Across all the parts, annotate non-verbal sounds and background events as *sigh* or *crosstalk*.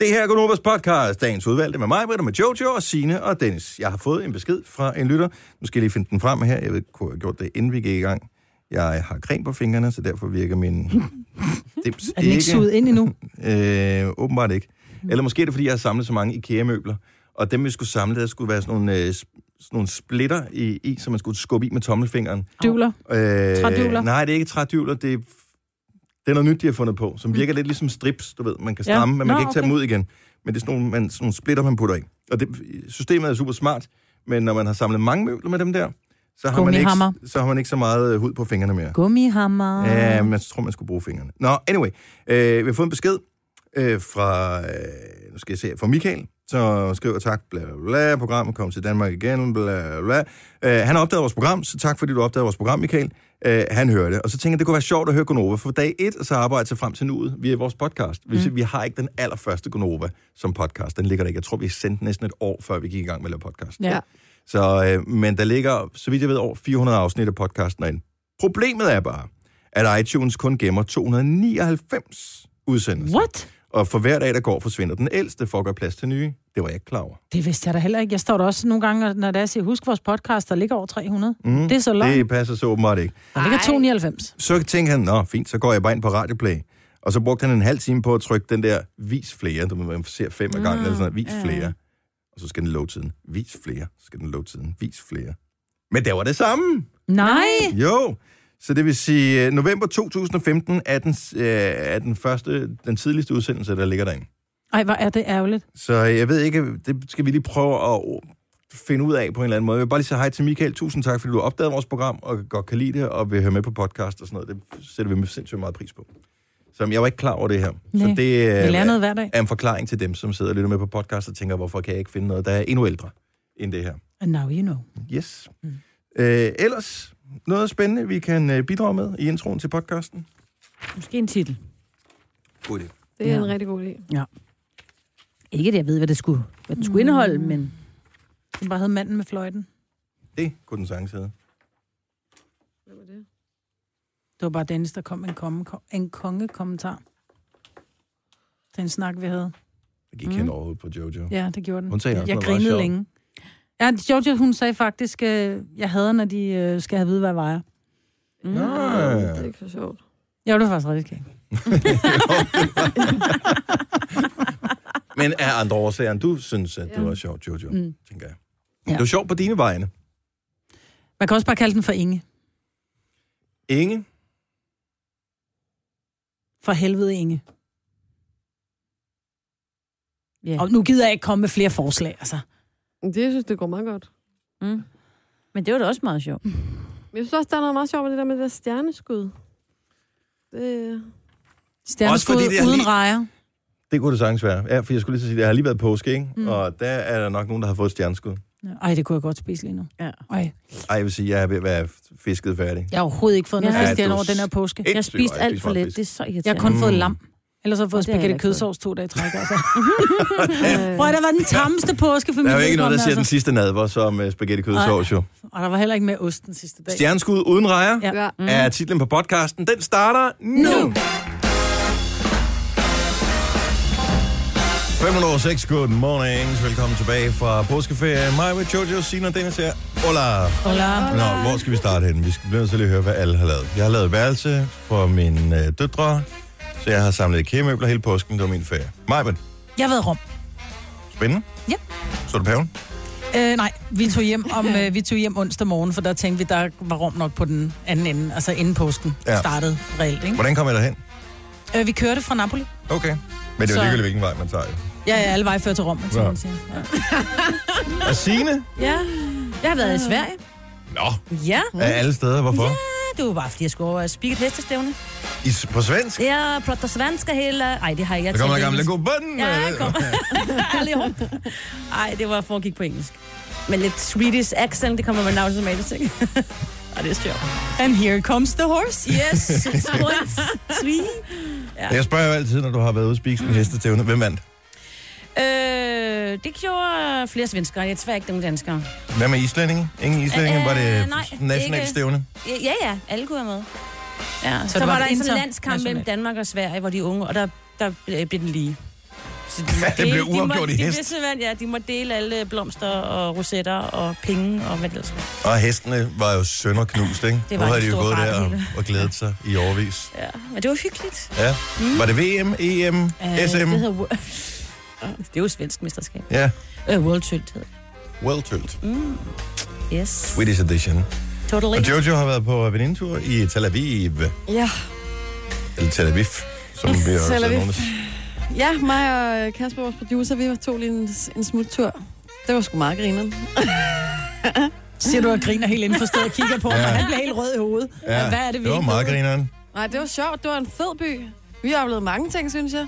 Det her er Gunovas podcast, dagens udvalgte med mig, Britta, med Jojo og Sine og Dennis. Jeg har fået en besked fra en lytter. Nu skal jeg lige finde den frem her. Jeg ved, kunne jeg have gjort det, inden vi gik i gang. Jeg har creme på fingrene, så derfor virker *laughs* min dims Er den ikke suget ind Mm. endnu? Øh, åbenbart ikke. Eller måske er det, fordi jeg har samlet så mange IKEA-møbler. Og dem, vi skulle samle, der skulle være sådan nogle, øh, sp- sådan nogle splitter i, i, som man skulle skubbe i med tommelfingeren. Dyvler. Øh, Trædyvler? Nej, det er ikke trædyvler. Det er, det er noget nyt, de har fundet på, som virker lidt ligesom strips, du ved. Man kan Mm. Ja. stramme, ja. men man Nå, kan ikke tage okay. dem ud igen. Men det er sådan nogle, man, sådan nogle splitter, man putter i. Og det, systemet er super smart, men når man har samlet mange møbler med dem der, så har, man ikke, Gummihammer. så har man ikke så meget øh, hud på fingrene mere. Gummihammer. Ja, men jeg tror, man skulle bruge fingrene. Nå, anyway. Øh, vi har fået en besked øh, fra, øh, nu skal jeg se, fra Michael, så skriver tak, bla bla bla, programmet kom til Danmark igen, bla bla bla. Øh, han har opdaget vores program, så tak fordi du opdagede vores program, Michael. Øh, han hører det, og så tænker jeg, det kunne være sjovt at høre Gonova for dag 1, og så arbejde sig frem til nuet via vores podcast. Vi, vi har ikke den allerførste Gonova som podcast, den ligger der ikke. Jeg tror, vi sendte næsten et år, før vi gik i gang med at lave podcast. Ja. Så, øh, men der ligger, så vidt jeg ved, over 400 afsnit af podcasten ind. Problemet er bare, at iTunes kun gemmer 299 udsendelser. What? Og for hver dag, der går, forsvinder den ældste for at gøre plads til nye. Det var jeg ikke klar over. Det vidste jeg da heller ikke. Jeg står der også nogle gange, når der siger, husk vores podcast, der ligger over 300. Mm, Det er så langt. Det passer så åbenbart ikke. Der ligger Ej. 299. Så tænkte han, nå fint, så går jeg bare ind på Radioplay. Og så brugte han en halv time på at trykke den der vis flere, du ved, man ser fem af gangen, Mm, eller sådan noget, vis ja. flere. Og så skal den load tiden. Vis flere. Så skal den load tiden. Vis flere. Men det var det samme. Nej. *laughs* Jo, så det vil sige, øh, november 2015 er den, øh, er den første, den tidligste udsendelse, der ligger derinde. Ej, hvor er det ærgerligt. Så jeg ved ikke, det skal vi lige prøve at finde ud af på en eller anden måde. Jeg vil bare lige sige hej til Michael. Tusind tak, fordi du har opdaget vores program, og godt kan lide det, og vil høre med på podcast og sådan noget. Det sætter vi med sindssygt meget pris på. Så jeg var ikke klar over det her. Så Nej, det øh, Vi lærer noget hver dag. er en forklaring til dem, som sidder og lytter med på podcast og tænker, hvorfor kan jeg ikke finde noget, der er endnu ældre end det her. And now you know. Yes. Mm. Mm. Øh, ellers noget spændende, vi kan øh, bidrage med i introen til podcasten. Måske en titel. God idé. Det er ja. en Ja. rigtig god idé. Ikke at jeg ved, hvad, det skulle, hvad den skulle indeholde, men... Den bare hed manden med fløjten. Det kunne den sagtens hedde. Hvem er det? Det var bare Dennis, der kom med en, komme, en kongekommentar. Den snak, vi havde. Det gik mm. Mm. hen overhovedet på Jojo. Ja, det gjorde den. Hun sagde også jeg noget meget grinede sjovt. længe. Ja, Jojo, hun sagde faktisk, øh, jeg hader, når de øh, skal have at vide, hvad jeg vejer. Mm. Nå. Det er ikke så sjovt. Jo, det var faktisk rigtig skægt. *laughs* Men af andre årsager end du synes, at det Ja. var sjovt, Jojo, mm. Mm. tænker jeg. Ja. Ja. Det var sjovt på dine vegne. Man kan også bare kalde den for Inge. Inge, For helvede, Inge. Ja. Og nu gider jeg ikke komme med flere forslag, altså. Det, jeg synes, det går meget godt. Mm. Men det var da også meget sjovt. Men jeg synes også, der er noget meget sjovt med det der med det der stjerneskud. Det... Stjerneskud fordi det er uden lige- rejer. det kunne det sagtens være. Ja, for jeg skulle lige så sige, at jeg har lige været påske, ikke? Mm. Mm. Og der er der nok nogen, der har fået et stjerneskud. Ej, det kunne jeg godt spise lige nu. Ja. Ej, Ej, jeg vil sige, jeg er ved at være fisket færdig. jeg har overhovedet ikke fået noget Ja, fisk du- ja, over den her påske. Jeg har Sindssygt, spist hvor jeg alt for meget lidt. fisk. Det er så irriterende. Jeg har kun Mm. fået lam. Ellers har jeg fået Og det har jeg spaghetti heller ikke fået. kødsovs to dage i træk, *laughs* altså. Øh, Prøv, at, det var den tammeste påske for min Der er jo ikke noget, der siger den altså. sidste nadver som uh, spaghetti kødsovs, jo. Og der var heller ikke mere ost den sidste dag. Stjerneskud uden rejer ja. Ja. ja. mm. er titlen på podcasten. Den starter nu! 506, good mornings. Velkommen tilbage fra påskeferie. Mig med Jojo, Sina og Dennis her. Hola! Hola. Nå, hvor skal vi starte henne? Vi skal blive nødt til lige at høre, hvad alle har lavet. Jeg har lavet værelse for mine øh, døtre, så jeg har samlet IKEA-møbler hele påsken. Det var min ferie. Majben, Jeg har været i rum. spændende. Ja. Så du paven? Øh, nej, vi tog, hjem *laughs* om, øh, vi tog hjem onsdag morgen, for der tænkte vi, der var rum nok på den anden ende, altså inden påsken Ja. ja. startede reelt. Ikke? Hvordan kom jeg derhen? Øh, vi kørte fra Napoli. Okay. Men det er jo Så- ligegyldigt, hvilken vej man tager. jo. Ja, ja, alle veje fører til Rom, Ja. ja. man siger. Ja. Og Signe? Ja. Jeg har været i Sverige. Nå, Ja. af alle steder. Hvorfor? Det var bare, fordi jeg skulle over og spikke et hestestævne. I, på svensk? Jeg prater svenska hela... Ej, det har jeg ikke. Der kommer der tænkt gamle engelsk. gubben. Ja, jeg kommer. *laughs* Allihop. Ej, det var foregik på engelsk. Men lidt Swedish accent, det kommer man automatisk, ikke? *laughs* Ej, det er sjovt. And here comes the horse. *laughs* Yes, points, Sweden. Jeg spørger jo altid, når du har været ude og spise med hestetævne. Hvem vandt? Øh, det gjorde flere svenskere. Jeg tror ikke nogen danskere. Hvad med islændinge? Ingen islændinge? Øh, var det nej, nationalt ikke. stævne? Ja, ja, ja, alle kunne være med. Ja, så, det så var, var der en sådan internationalt. landskamp mellem Danmark og Sverige, hvor de unge, og der, der blev blev øh, den lige. *laughs* Så de må Det blev de må- uafgjort i de, hest. vil simpelthen, ja, de må dele alle øh, blomster og rosetter og penge og hvad det ellers var. Og hestene var jo sønderknust, ikke? nu Det var havde en de jo stor gået fart, der og, hele. og glædet sig i overvis. Ja, men det var hyggeligt. Ja. Mm. Var det VM, EM, Øh, uh, SM? Det, hedder, Wo- *laughs* det er jo svensk mesterskab. Ja, Øh, World Tilt hedder well tilt. det. Yes. Swedish edition. Totally. Og Jojo har været på venindetur i Tel Aviv. Ja. Eller Tel Aviv, som *laughs* vi har Tel hørt Aviv. nogen ja, mig og øh, Kasper, vores producer, vi tog lige en, en smuttur. Det var sgu meget grineren. Siger du og griner helt inden for stedet og kigger på, ja. Ja. og han bliver helt rød i hovedet. Ja. Hvad er det, vi det var ikke meget ved? grineren. Nej, det var sjovt. Det var en fed by. Vi har oplevet mange ting, synes jeg.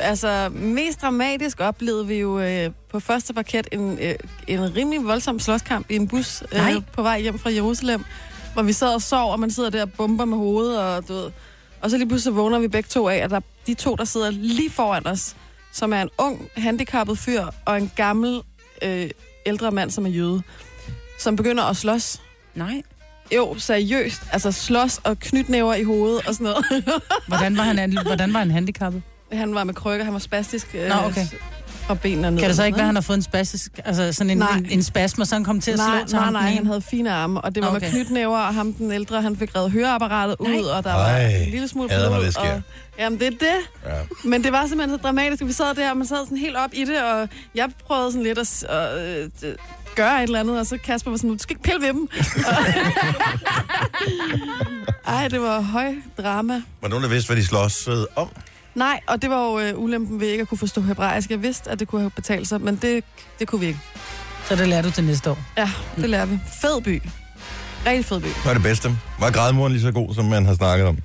Altså, mest dramatisk oplevede vi jo øh, på første parket en, øh, en rimelig voldsom slåskamp i en bus Nej. øh, på vej hjem fra Jerusalem, hvor vi sad og sov, og man sidder der og bomber med hovedet, og du ved. Og så lige pludselig så vågner vi begge to af, at der, de to, der sidder lige foran os, som er en ung, handicappet fyr og en gammel, øh, ældre mand, som er jøde, som begynder at slås. Nej. Jo, seriøst. Altså slås og knytnæver i hovedet og sådan noget. Hvordan var han, an- hvordan var han handicappet? Han var med krykker, han var spastisk øh, Nå, okay. fra benene og ned. Kan det så ikke være, at han har fået en spastisk, altså sådan en, Nej. en, en spasme, og så han kom til at slå Nej, til nej, ham den nej, ene? han havde fine arme, og det Nå, var okay. med knytnæver, og ham den ældre, han fik reddet høreapparatet ud, Nej. og der var Ej, en lille smule hader, når det sker. og, jamen, det er det. Ja. Men det var simpelthen så dramatisk, og vi sad der, og man sad sådan helt op i det, og jeg prøvede sådan lidt at s- og, øh, d- gøre et eller andet, og så Kasper var sådan, du skal ikke pille ved dem. *laughs* *laughs* Og- Ej, det var høj drama. Var nogen, der vidste, hvad de slås om? Nej, og det var jo øh, ulempen ved ikke at kunne forstå hebraisk. Jeg vidste, at det kunne have betalt sig, men det, det kunne vi ikke. Så det lærer du til næste år. Mm. Ja, det lærer vi. Fed by. Rigtig fed by. Hvad er det bedste? Var grædmoren lige så god, som man har snakket om?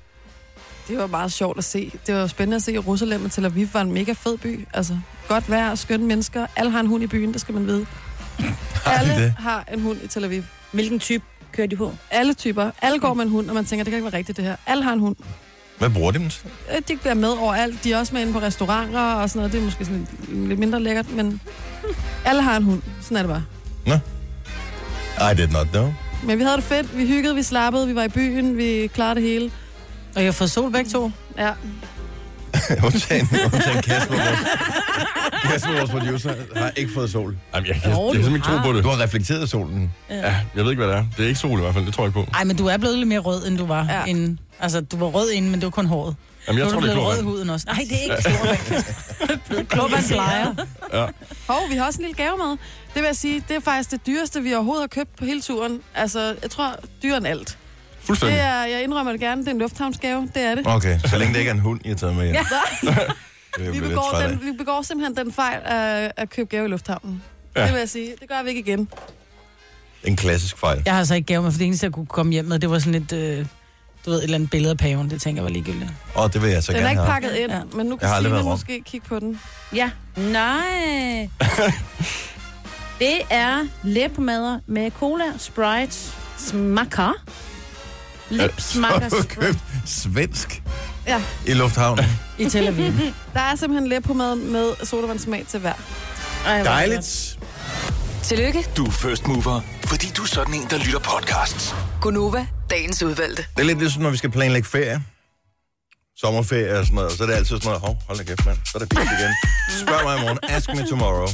Det var meget sjovt at se. Det var spændende at se Jerusalem og Tel Aviv var en mega fed by. Altså, godt vejr, skønne mennesker. Alle har en hund i byen, det skal man vide. Har de Alle det? har en hund i Tel Aviv. Hvilken type kører de på? Alle typer. Alle går med en hund, og man tænker, det kan ikke være rigtigt det her. Alle har en hund. Hvad bruger de dem til? Øh, De bliver med overalt. De er også med inde på restauranter og sådan noget. Det er måske sådan lidt- lidt mindre lækkert, *laughs* men alle har en hund. Sådan er det bare. I did not know. *laughs* Men vi havde det fedt. Vi hyggede, vi slappede, vi var i byen, vi klarede det hele. Og jeg har fået sol begge to. Ja, Undtagen, undtagen Kasper, vores, Kasper, vores *laughs* producer, har ikke fået sol. Jamen, jeg, jeg, jeg, Nå, jeg du kan simpelthen ikke tro har. på det. Du har reflekteret solen. Ja, jeg ved ikke, hvad det er. Det er ikke sol i hvert fald, det tror jeg ikke på. Ej, men du er blevet lidt mere rød, end du var ja. Ja. inden. Altså, du var rød inden, men det var kun håret. Jamen, jeg nu er tror, du det er blevet rød i kloren. huden også. Nej, Nej, det er ikke stor. klubben plejer. Hov, vi har også en lille gave med. Det vil jeg sige, det er faktisk det dyreste, vi overhovedet har købt på hele turen. Altså, jeg tror, dyre end alt. Fuldstændig. Det er, jeg indrømmer det gerne, det er en lufthavnsgave, det er *laughs* det. Okay, så længe det ikke er en hund, I har taget med hjem. Ja. *laughs* Vi begår, den, vi begår simpelthen den fejl at, at købe gave i lufthavnen. Ja. Ja. Det vil jeg sige, det gør vi ikke igen. En klassisk fejl. Jeg har altså ikke gave med, for det eneste, jeg kunne komme hjem med, det var sådan et, øh, du ved, et eller andet billede af paven. Det tænker jeg var ligegyldigt. Og det vil jeg så Den er gerne ikke have. pakket ind, Ja. ja. men nu Jeg har aldrig kan Signe været i Rom. måske kigge på den. Ja. *laughs* Nej. Det er læbpomader med cola, Sprite, smakker. *laughs* Lipsmakker. Så har du købt svensk Ja. i lufthavnen. I Tel Aviv. *laughs* Der er simpelthen læbpomade med sodavandssmag til hver. Ej, hvor Dejligt. Tillykke, Du er first mover, fordi du er sådan en, der lytter podcasts. Gunova, dagens udvalgte. Det er lidt ligesom, når vi skal planlægge ferie. Sommerferie og sådan noget. Så er det altid sådan noget, hov, hold da kæft, mand. Så er det pisse igen. Spørg mig i morgen. Ask me tomorrow.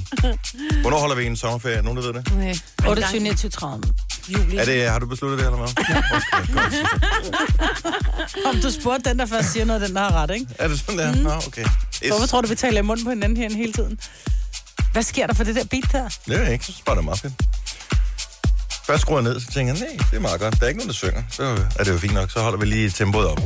Hvornår holder vi en sommerferie? Er Nogen, der ved det? Nej. 28, 29, 30. Juli. Er det har du besluttet det, eller hvad? Okay, godt. Om du spurgte den, der først siger noget, den der har ret, ikke? Er det sådan der? Mm. Nå, okay. Yes. Hvorfor tror du, vi taler i munden på hinanden herinde hele tiden? Hvad sker der for det der beat der? Det er ikke, så spørger det meget fedt. Først skruer jeg ned, så tænker jeg, nej, det er meget godt. Der er ikke nogen, der synger. Så er det jo fint nok. Så holder vi lige tempoet op.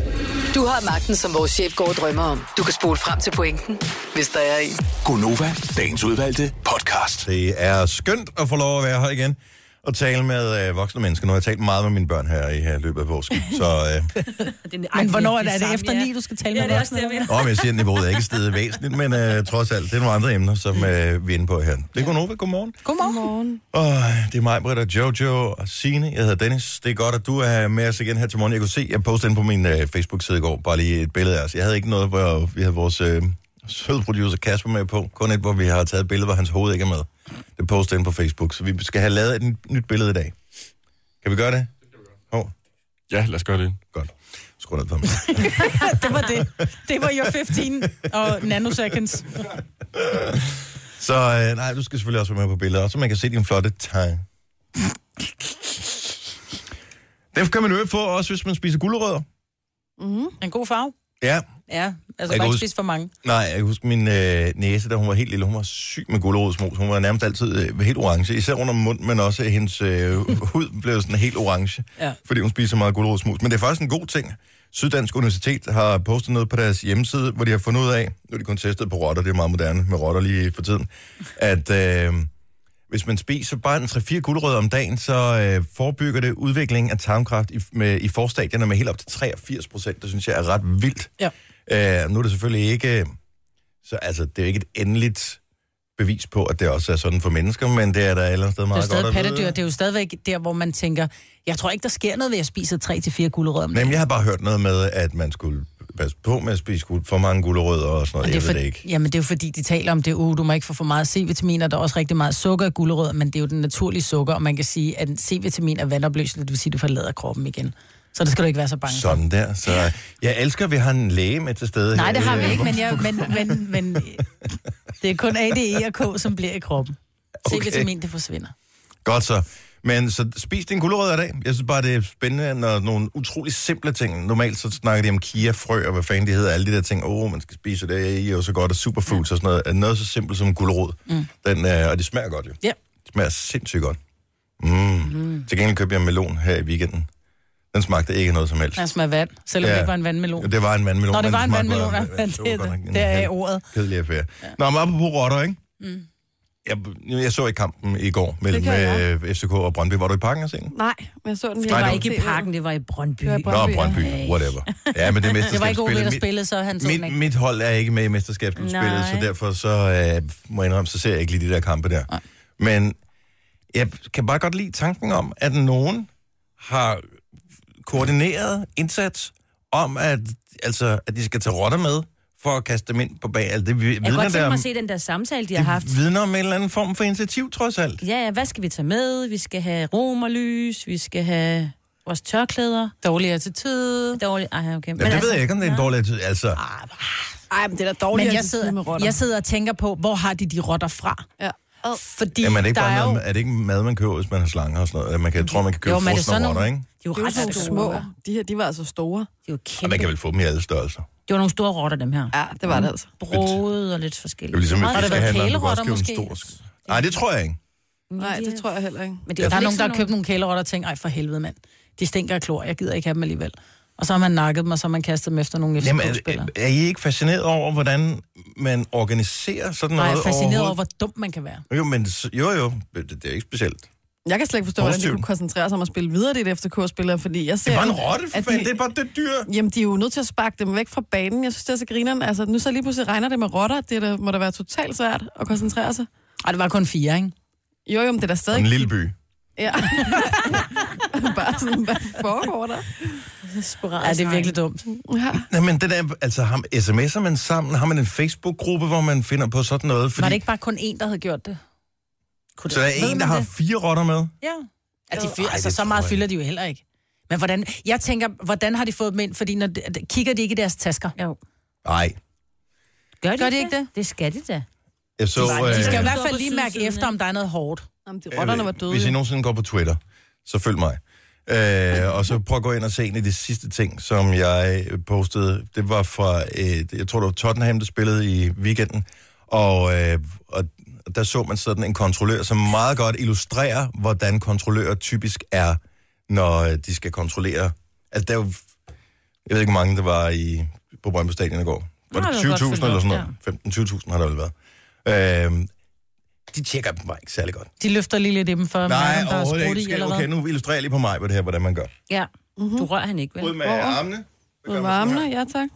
Du har magten, som vores chef går og drømmer om. Du kan spole frem til pointen, hvis der er en. Gonova, dagens udvalgte podcast. Det er skønt at få lov at være her igen og tale med øh, voksne mennesker. Nu har jeg talt meget med mine børn her i her løbet af påsken. Så øh, det er- ej, Men hvornår er det det? Er det samme, efter ja. 9, du skal *laughs* tale Ja, med det er også det, jeg voksne? mener. Nå, men jeg siger, at niveauet er ikke steget væsentligt, men øh, trods alt, det er nogle andre emner, som øh, vi er inde på her. Det er Gunova, godmorgen. Godmorgen. Og det er mig, Britt og Jojo og Signe. Jeg hedder Dennis. Det er godt, at du er med os igen her til morgen. Jeg kunne se, jeg postede ind på min øh, Facebook-side i går, bare lige et billede af os. Jeg havde ikke noget, hvor vi havde vores øh, søde producer Kasper med på. Kun et, hvor vi har taget et billede, hvor hans hoved ikke er med. Det postede ind på Facebook, så vi skal have lavet et nyt- nyt billede i dag. Kan vi gøre det? Hov, Ja, lad os gøre det. godt. Skru *laughs* ned for mig. Det var det. Det var your 15 og nanoseconds. Så øh, nej, du skal selvfølgelig også være med på billeder, så man kan se din flotte *laughs* tegn. Derfor kan man øve på, også hvis man spiser gulerødder. En god farve? Ja, Ja, altså kan bare ikke huske- spise for mange. nej, jeg kan huske min øh, næse, da hun var helt lille, hun var syg med gulerodsmos. Hun var nærmest altid øh, helt orange, især under munden, men også hendes øh, hud blev sådan helt orange, Ja. fordi hun spiser meget gulerodsmos. Men det er faktisk en god ting. Syddansk Universitet har postet noget på deres hjemmeside, hvor de har fundet ud af, nu er de kun testet på rotter, det er meget moderne med rotter lige for tiden, at... Øh, hvis man spiser bare en 3-4 guldrødder om dagen, så øh, forebygger det udviklingen af tarmkræft i, med, i forstadierne med helt op til 83 procent. Det synes jeg er ret vildt. Ja. Øh, nu er det selvfølgelig ikke... Så, altså, det er jo ikke et endeligt bevis på, at det også er sådan for mennesker, men det er da et eller andet sted Det er jo meget godt stadig at pattedyr, vide. det er jo stadigvæk der, hvor man tænker, jeg tror ikke, der sker noget ved at spise 3-4 gulerødder om Nej, dagen. men jeg har bare hørt noget med, at man skulle passe på med at spise guld, for mange gulerødder og sådan noget. Og jeg det er ved for, det ikke. Jamen, det er jo fordi, de taler om det, uh, du må ikke få for meget C-vitamin, og der er også rigtig meget sukker i gulerødder, men det er jo den naturlige sukker, og man kan sige, at C-vitamin er vandopløseligt, det vil sige, at det forlader kroppen igen. Så det skal du ikke være så bange for. Sådan der. Så jeg elsker, at vi har en læge med til stede Nej, her det har i, vi øh, ikke, men, jeg, men, *laughs* men, men øh, det er kun ADE og K, som bliver i kroppen. Okay. C-vitamin, det forsvinder. Godt så. Men så spis din gulerødder i dag. Jeg synes bare, det er spændende, når nogle utrolig simple ting. Normalt så snakker de om kiafrø og hvad fanden de hedder. Alle de der ting, åh, oh, man skal spise det, det er jo så godt, og superfoods og sådan noget. Er Noget så simpelt som gulerod. Mm. Den, øh, og det smager godt jo. Ja. Det smager sindssygt godt. Mm. Mm. Til gengæld købte jeg en melon her i weekenden. Den smagte ikke noget som helst. Den smager vand, selvom Ja. det ikke var en vandmelon. Ja, det var en vandmelon. Nå, det men var en smagte vandmelon, bare- ja. ja, det var Det- godt nok en det er helt ordet. Kedelig affære. Nå, men apropos rotter, ikke? Mm. Jeg, jeg så ikke kampen i går mellem Det gjorde øh, FCK og Brøndby. Var du i parken og se den? Nej, men jeg så den. Nej, Det var det ikke i parken, det var i Brøndby. Det var i Brøndby. Nå, Brøndby, ja. whatever. Ja, *laughs* men det er Det var ikke Ove, der mesterskabsspillet. Mit- spillede, så han tog den Mit, ikke. mit hold er ikke med i mesterskabsspillet, Nej. så derfor så, øh, må jeg indrømme, så ser jeg ikke lige de der kampe der. Nej. Men jeg kan bare godt lide tanken om, at nogen har koordineret indsats om, at, altså, at de skal tage rotter med for at kaste dem ind på bag. Altså, det vi- Jeg kunne vidner, godt tænke der, mig om, at se den der samtale, de har haft. det vidner om en eller anden form for initiativ, trods alt. Ja, ja, hvad skal vi tage med? Vi skal have romerlys, vi skal have vores tørklæder. Dårlig attitude. Dårligt. Ej, okay. Men Ja, det altså, Ah, ved jeg ikke, om det er en dårlig tid. Altså, Ej, men det er da dårligt, Men at jeg de sidder med sidder, rotter. jeg sidder og tænker på, hvor har de de rotter fra? Ja. Fordi jamen, er, det ikke der bare er jo... noget, er det ikke mad, man køber, hvis man har slanger og sådan noget? Man kan, jeg tror, man kan købe Jo, men er det frosne sådan rotter, nogle- ikke? de er jo Det er jo ret sådan store. nogle små. De her, de var altså store. De er jo Og man kæmpe. kan vel få dem i alle størrelser. Det var nogle store rotter, dem her. Mm. Ja, det var det altså. Brode og lidt Det forskellige. er jo ligesom, Meget- at der været fiskehandleren, du kan også kælerotter købe en måske? stor... sk- Nej, det tror jeg ikke. Nej, det tror jeg heller ikke. Men det er Der er jo nogen, ikke der sådan har købt nogle kælerotter og tænkt, ej for helvede mand, de stinker af klor, jeg gider ikke have dem alligevel. Og så har man nakket dem, og så har man kastet dem efter nogle Jamen, er, FCK-spillere. er I ikke fascineret over, hvordan man organiserer sådan Nej, noget jeg er fascineret over, overhovedet? hvor dum man kan være. Jo, men, s- jo, jo, det, det er ikke specielt. Jeg kan slet ikke forstå, hvordan de Positivt. kunne koncentrere sig om at spille videre, de der FCK-spillere, fordi jeg ser... Det er bare en jo, rotte, for at fanden. Det er bare det dyr. Jamen, de er jo nødt til at sparke dem væk fra banen. Jeg synes, det er så grineren. Altså, nu så lige pludselig regner det med rotter. Det der, må da være totalt svært at koncentrere sig. Og det var kun fire, ikke? Jo, jo, men det er da stadig... En lille by. Ja. *laughs* Bare sådan, hvad foregår der? Ja, det er virkelig dumt. Ja. Nej, men det der, altså, har, sms'er man sammen? Har man en Facebook-gruppe, hvor man finder på sådan noget? Fordi, Var det ikke bare kun én, der havde gjort det? Kunne Så der ved er en, man der har det? fire rotter med? Ja. At de fyr, Ej, altså, det så meget tror jeg fylder de jo heller ikke. Men hvordan, jeg tænker, hvordan har de fået dem ind? Fordi når, de- kigger de ikke i deres tasker? Jo. Nej. Gør de, Gør de ikke det? Det skal de da. Jeg så, de De skal i Øh, hvert fald lige mærke Siden, efter, om der er noget hårdt. Jamen, de rotterne var døde. Hvis I jo. nogensinde går på Twitter, så følg mig. Øh, og så prøv at gå ind og se en af de sidste ting, som jeg postede. Det var fra, øh, jeg tror det var Tottenham, der spillede i weekenden. Og, øh, og der så man sådan en kontrollør, som meget godt illustrerer, hvordan kontrollører typisk er, når øh, de skal kontrollere. Altså der er jo, jeg ved ikke hvor mange der var i, på Brøndby Stadion i går. Var Nå, det det var 20.000 godt eller fyldt op, sådan noget? 15-20.000 har der vel været. Øh, de tjekker dem bare ikke særlig godt. De løfter lige lidt i dem for at mærke, Nej, om der er overhovedet sprudt ikke. i Skal, eller hvad. okay, nu illustrerer jeg lige på mig, hvad det her, hvordan man gør. Ja. Du rører han ikke, Ud vel? med armene. Så Ud gør med man sådan armene, her. ja tak.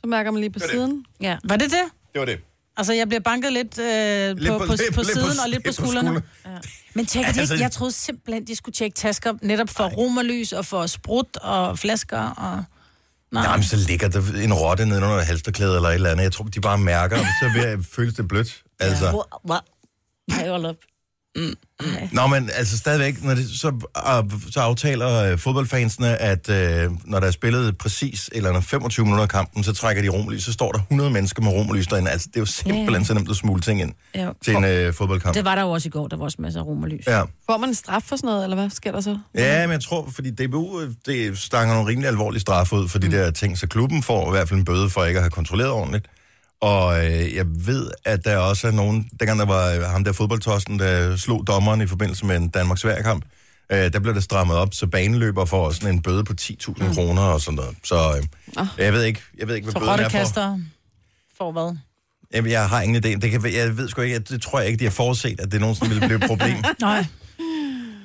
Så mærker man lige på Gør det. siden. Ja. Var det det? Det var det. Altså, jeg bliver banket lidt, øh, lidt på, på, på, på siden og lidt på skuldrene. Men tjekker de Altså- ikke? Jeg troede simpelthen, de skulle tjekke tasker netop for romerlys og for sprut og flasker og... Nej, Jamen, så ligger der en rotte nede under et halsterklæde eller et eller *laughs* andet. Jeg tror, de bare mærker, og så vil jeg, føles det blødt. Altså, Wow, wow. Ej, hold op. Mm. Nå, men altså stadigvæk, når det, så, så aftaler øh, fodboldfansene, at øh, når der er spillet præcis eller når 25 minutter af kampen, så trækker de romerlys, så står der 100 mennesker med romerlys derinde. Altså, det er jo simpelthen så nemt at smule ting ind Ja. til en øh, fodboldkamp. Det var der jo også i går, der var også masser af rom og lys. Ja. Får man en straf for sådan noget, eller hvad sker der så? ja, men jeg tror, fordi DBU øh, det stanger nogle rimelig alvorlige straffe ud for de der ting, så klubben får i hvert fald en bøde for ikke at have kontrolleret ordentligt. Og øh, jeg ved, at der også er nogen... Dengang der var øh, ham der fodboldtossen, der slog dommeren i forbindelse med en Danmark-Sverige-kamp, øh, der blev det strammet op, så baneløber får sådan en bøde på 10.000 mm. kroner og sådan noget. Så øh, jeg, ved ikke, jeg ved ikke, hvad Så bøden er for. rottekaster får hvad? Jamen, jeg har ingen idé. Det kan, jeg ved sgu ikke, at det tror jeg ikke, de har forudset, at det nogensinde ville blive et *laughs* problem. Nej.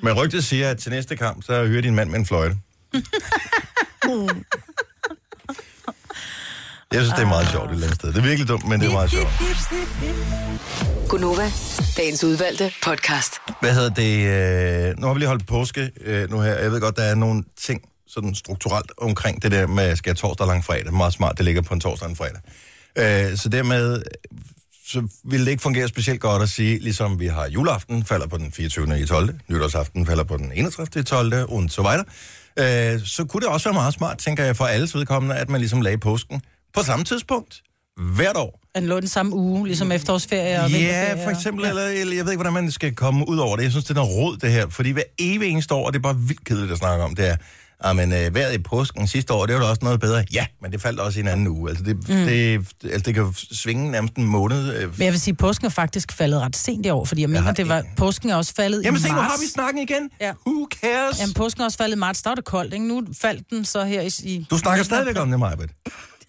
Men rygtet siger, at til næste kamp, så hører din mand med en fløjte. Mm. Jeg synes, det er meget sjovt et eller andet sted. Det er virkelig dumt, men det er meget sjovt. Gunova, dagens udvalgte podcast. Hvad hedder det? øh, Nu har vi lige holdt påske øh, nu her. Jeg ved godt, der er nogle ting sådan strukturelt omkring det der med, skal jeg torsdag og langfredag? Meget smart, det ligger på en torsdag og en fredag. Øh, Så dermed øh, så ville det ikke fungere specielt godt at sige, ligesom vi har juleaften, falder på den 24. i 12., nytårsaften falder på den 31. i 12., und så videre. Øh, Så kunne det også være meget smart, tænker jeg, for alles vedkommende, at man ligesom lagde påsken på samme tidspunkt hvert år. Den lå den samme uge, ligesom efterårsferie og vinterferie Ja, for og- eksempel, eller, eller jeg ved ikke, hvordan man skal komme ud over det. Jeg synes, det er noget råd, det her. Fordi hver evig eneste år, og det er bare vildt kedeligt at snakke om, det er, ah, men øh, vejret i påsken sidste år, det var da også noget bedre. Ja, men det faldt også i en anden uge. Altså, det, mm. det, altså, det kan jo svinge nærmest en måned. Øh. Men jeg vil sige, at påsken er faktisk faldet ret sent i år, fordi jeg mener, har det var, ikke- påsken er også faldet Jamen i se, nu marts. har vi snakken igen. Ja. Who cares? Jamen, Jamen, påsken er også faldet i marts. Der var det koldt, ikke? Nu faldt den så her i... i- du snakker stadigvæk om det, Majbet.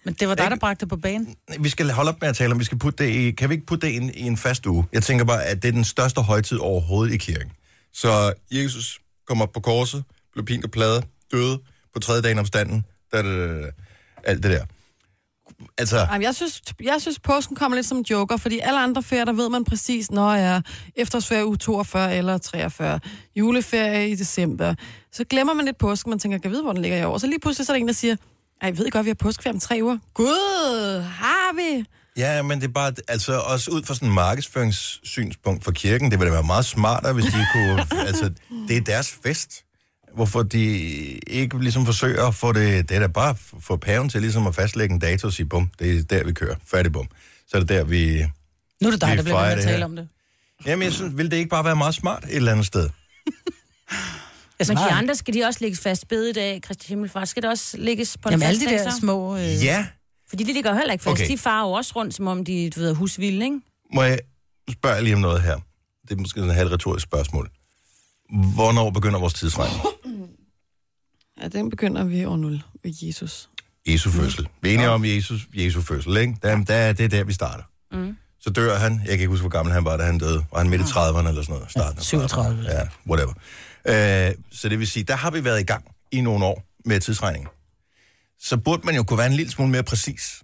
Men det var dig, Ikke? der bragte det på banen. Vi skal holde op med at tale om, vi skal putte det i, kan vi ikke putte det ind i en fast uge? Jeg tænker bare, at det er den største højtid overhovedet i kirken. Så Jesus kom op på korset, blev pint og pladet, døde på tredje dagen om standen, da, da, da, da, alt det der. Altså, Ej, men jeg synes, jeg synes, påsken kommer lidt som en joker, fordi alle andre ferier, der ved man præcis, når jeg er efterårsferie uge 42 eller 43, juleferie i december. Så glemmer man lidt påsken, man tænker, kan jeg vide, hvor den ligger i år? Og så lige pludselig så er der en, der siger, ej, ved I godt, vi har påskeferie om tre uger? Gud, har vi? ja, men det er bare, altså også ud fra sådan en markedsføringssynspunkt for kirken, det ville da være meget smartere, hvis de kunne, altså, det er deres fest. Hvorfor de ikke ligesom forsøger at få det, det er da bare f- få paven til ligesom at fastlægge en dato og sige, bum, det er der, vi kører, færdig bum. Så er det der, vi, Nu Vi er det dig, der bliver ved fejrer med at det her. tale om det. Jamen, jeg synes, ville det ikke bare være meget smart et eller andet sted? Jeg Men de svarer. Altså, andre skal de også lægges fast bede i dag, Kristi Himmelfart. Skal det også lægges på en Jamen, fast alle de dag, der så? små... Øh... Ja. Fordi de ligger jo heller ikke fast. Okay. Okay. De farer jo også rundt, som om de, du ved, er husvilde, ikke? Må jeg spørge lige om noget her? Det er måske sådan et halvretorisk spørgsmål. Hvornår begynder vores tidsregning? Ja, den begynder vi år 0 ved Jesus. Jesu fødsel. Vi er enige om Jesus, Jesu fødsel, ikke? Der, der, er- det er der, vi starter. Mm. Så dør han. Jeg kan ikke huske, hvor gammel han var, da han døde. Var han midt i 30'erne eller sådan noget? Starten af 37. 30'erne. Ja, whatever. Øh, så det vil sige, der har vi været i gang i nogle år med tidsregningen. Så burde man jo kunne være en lille smule mere præcis.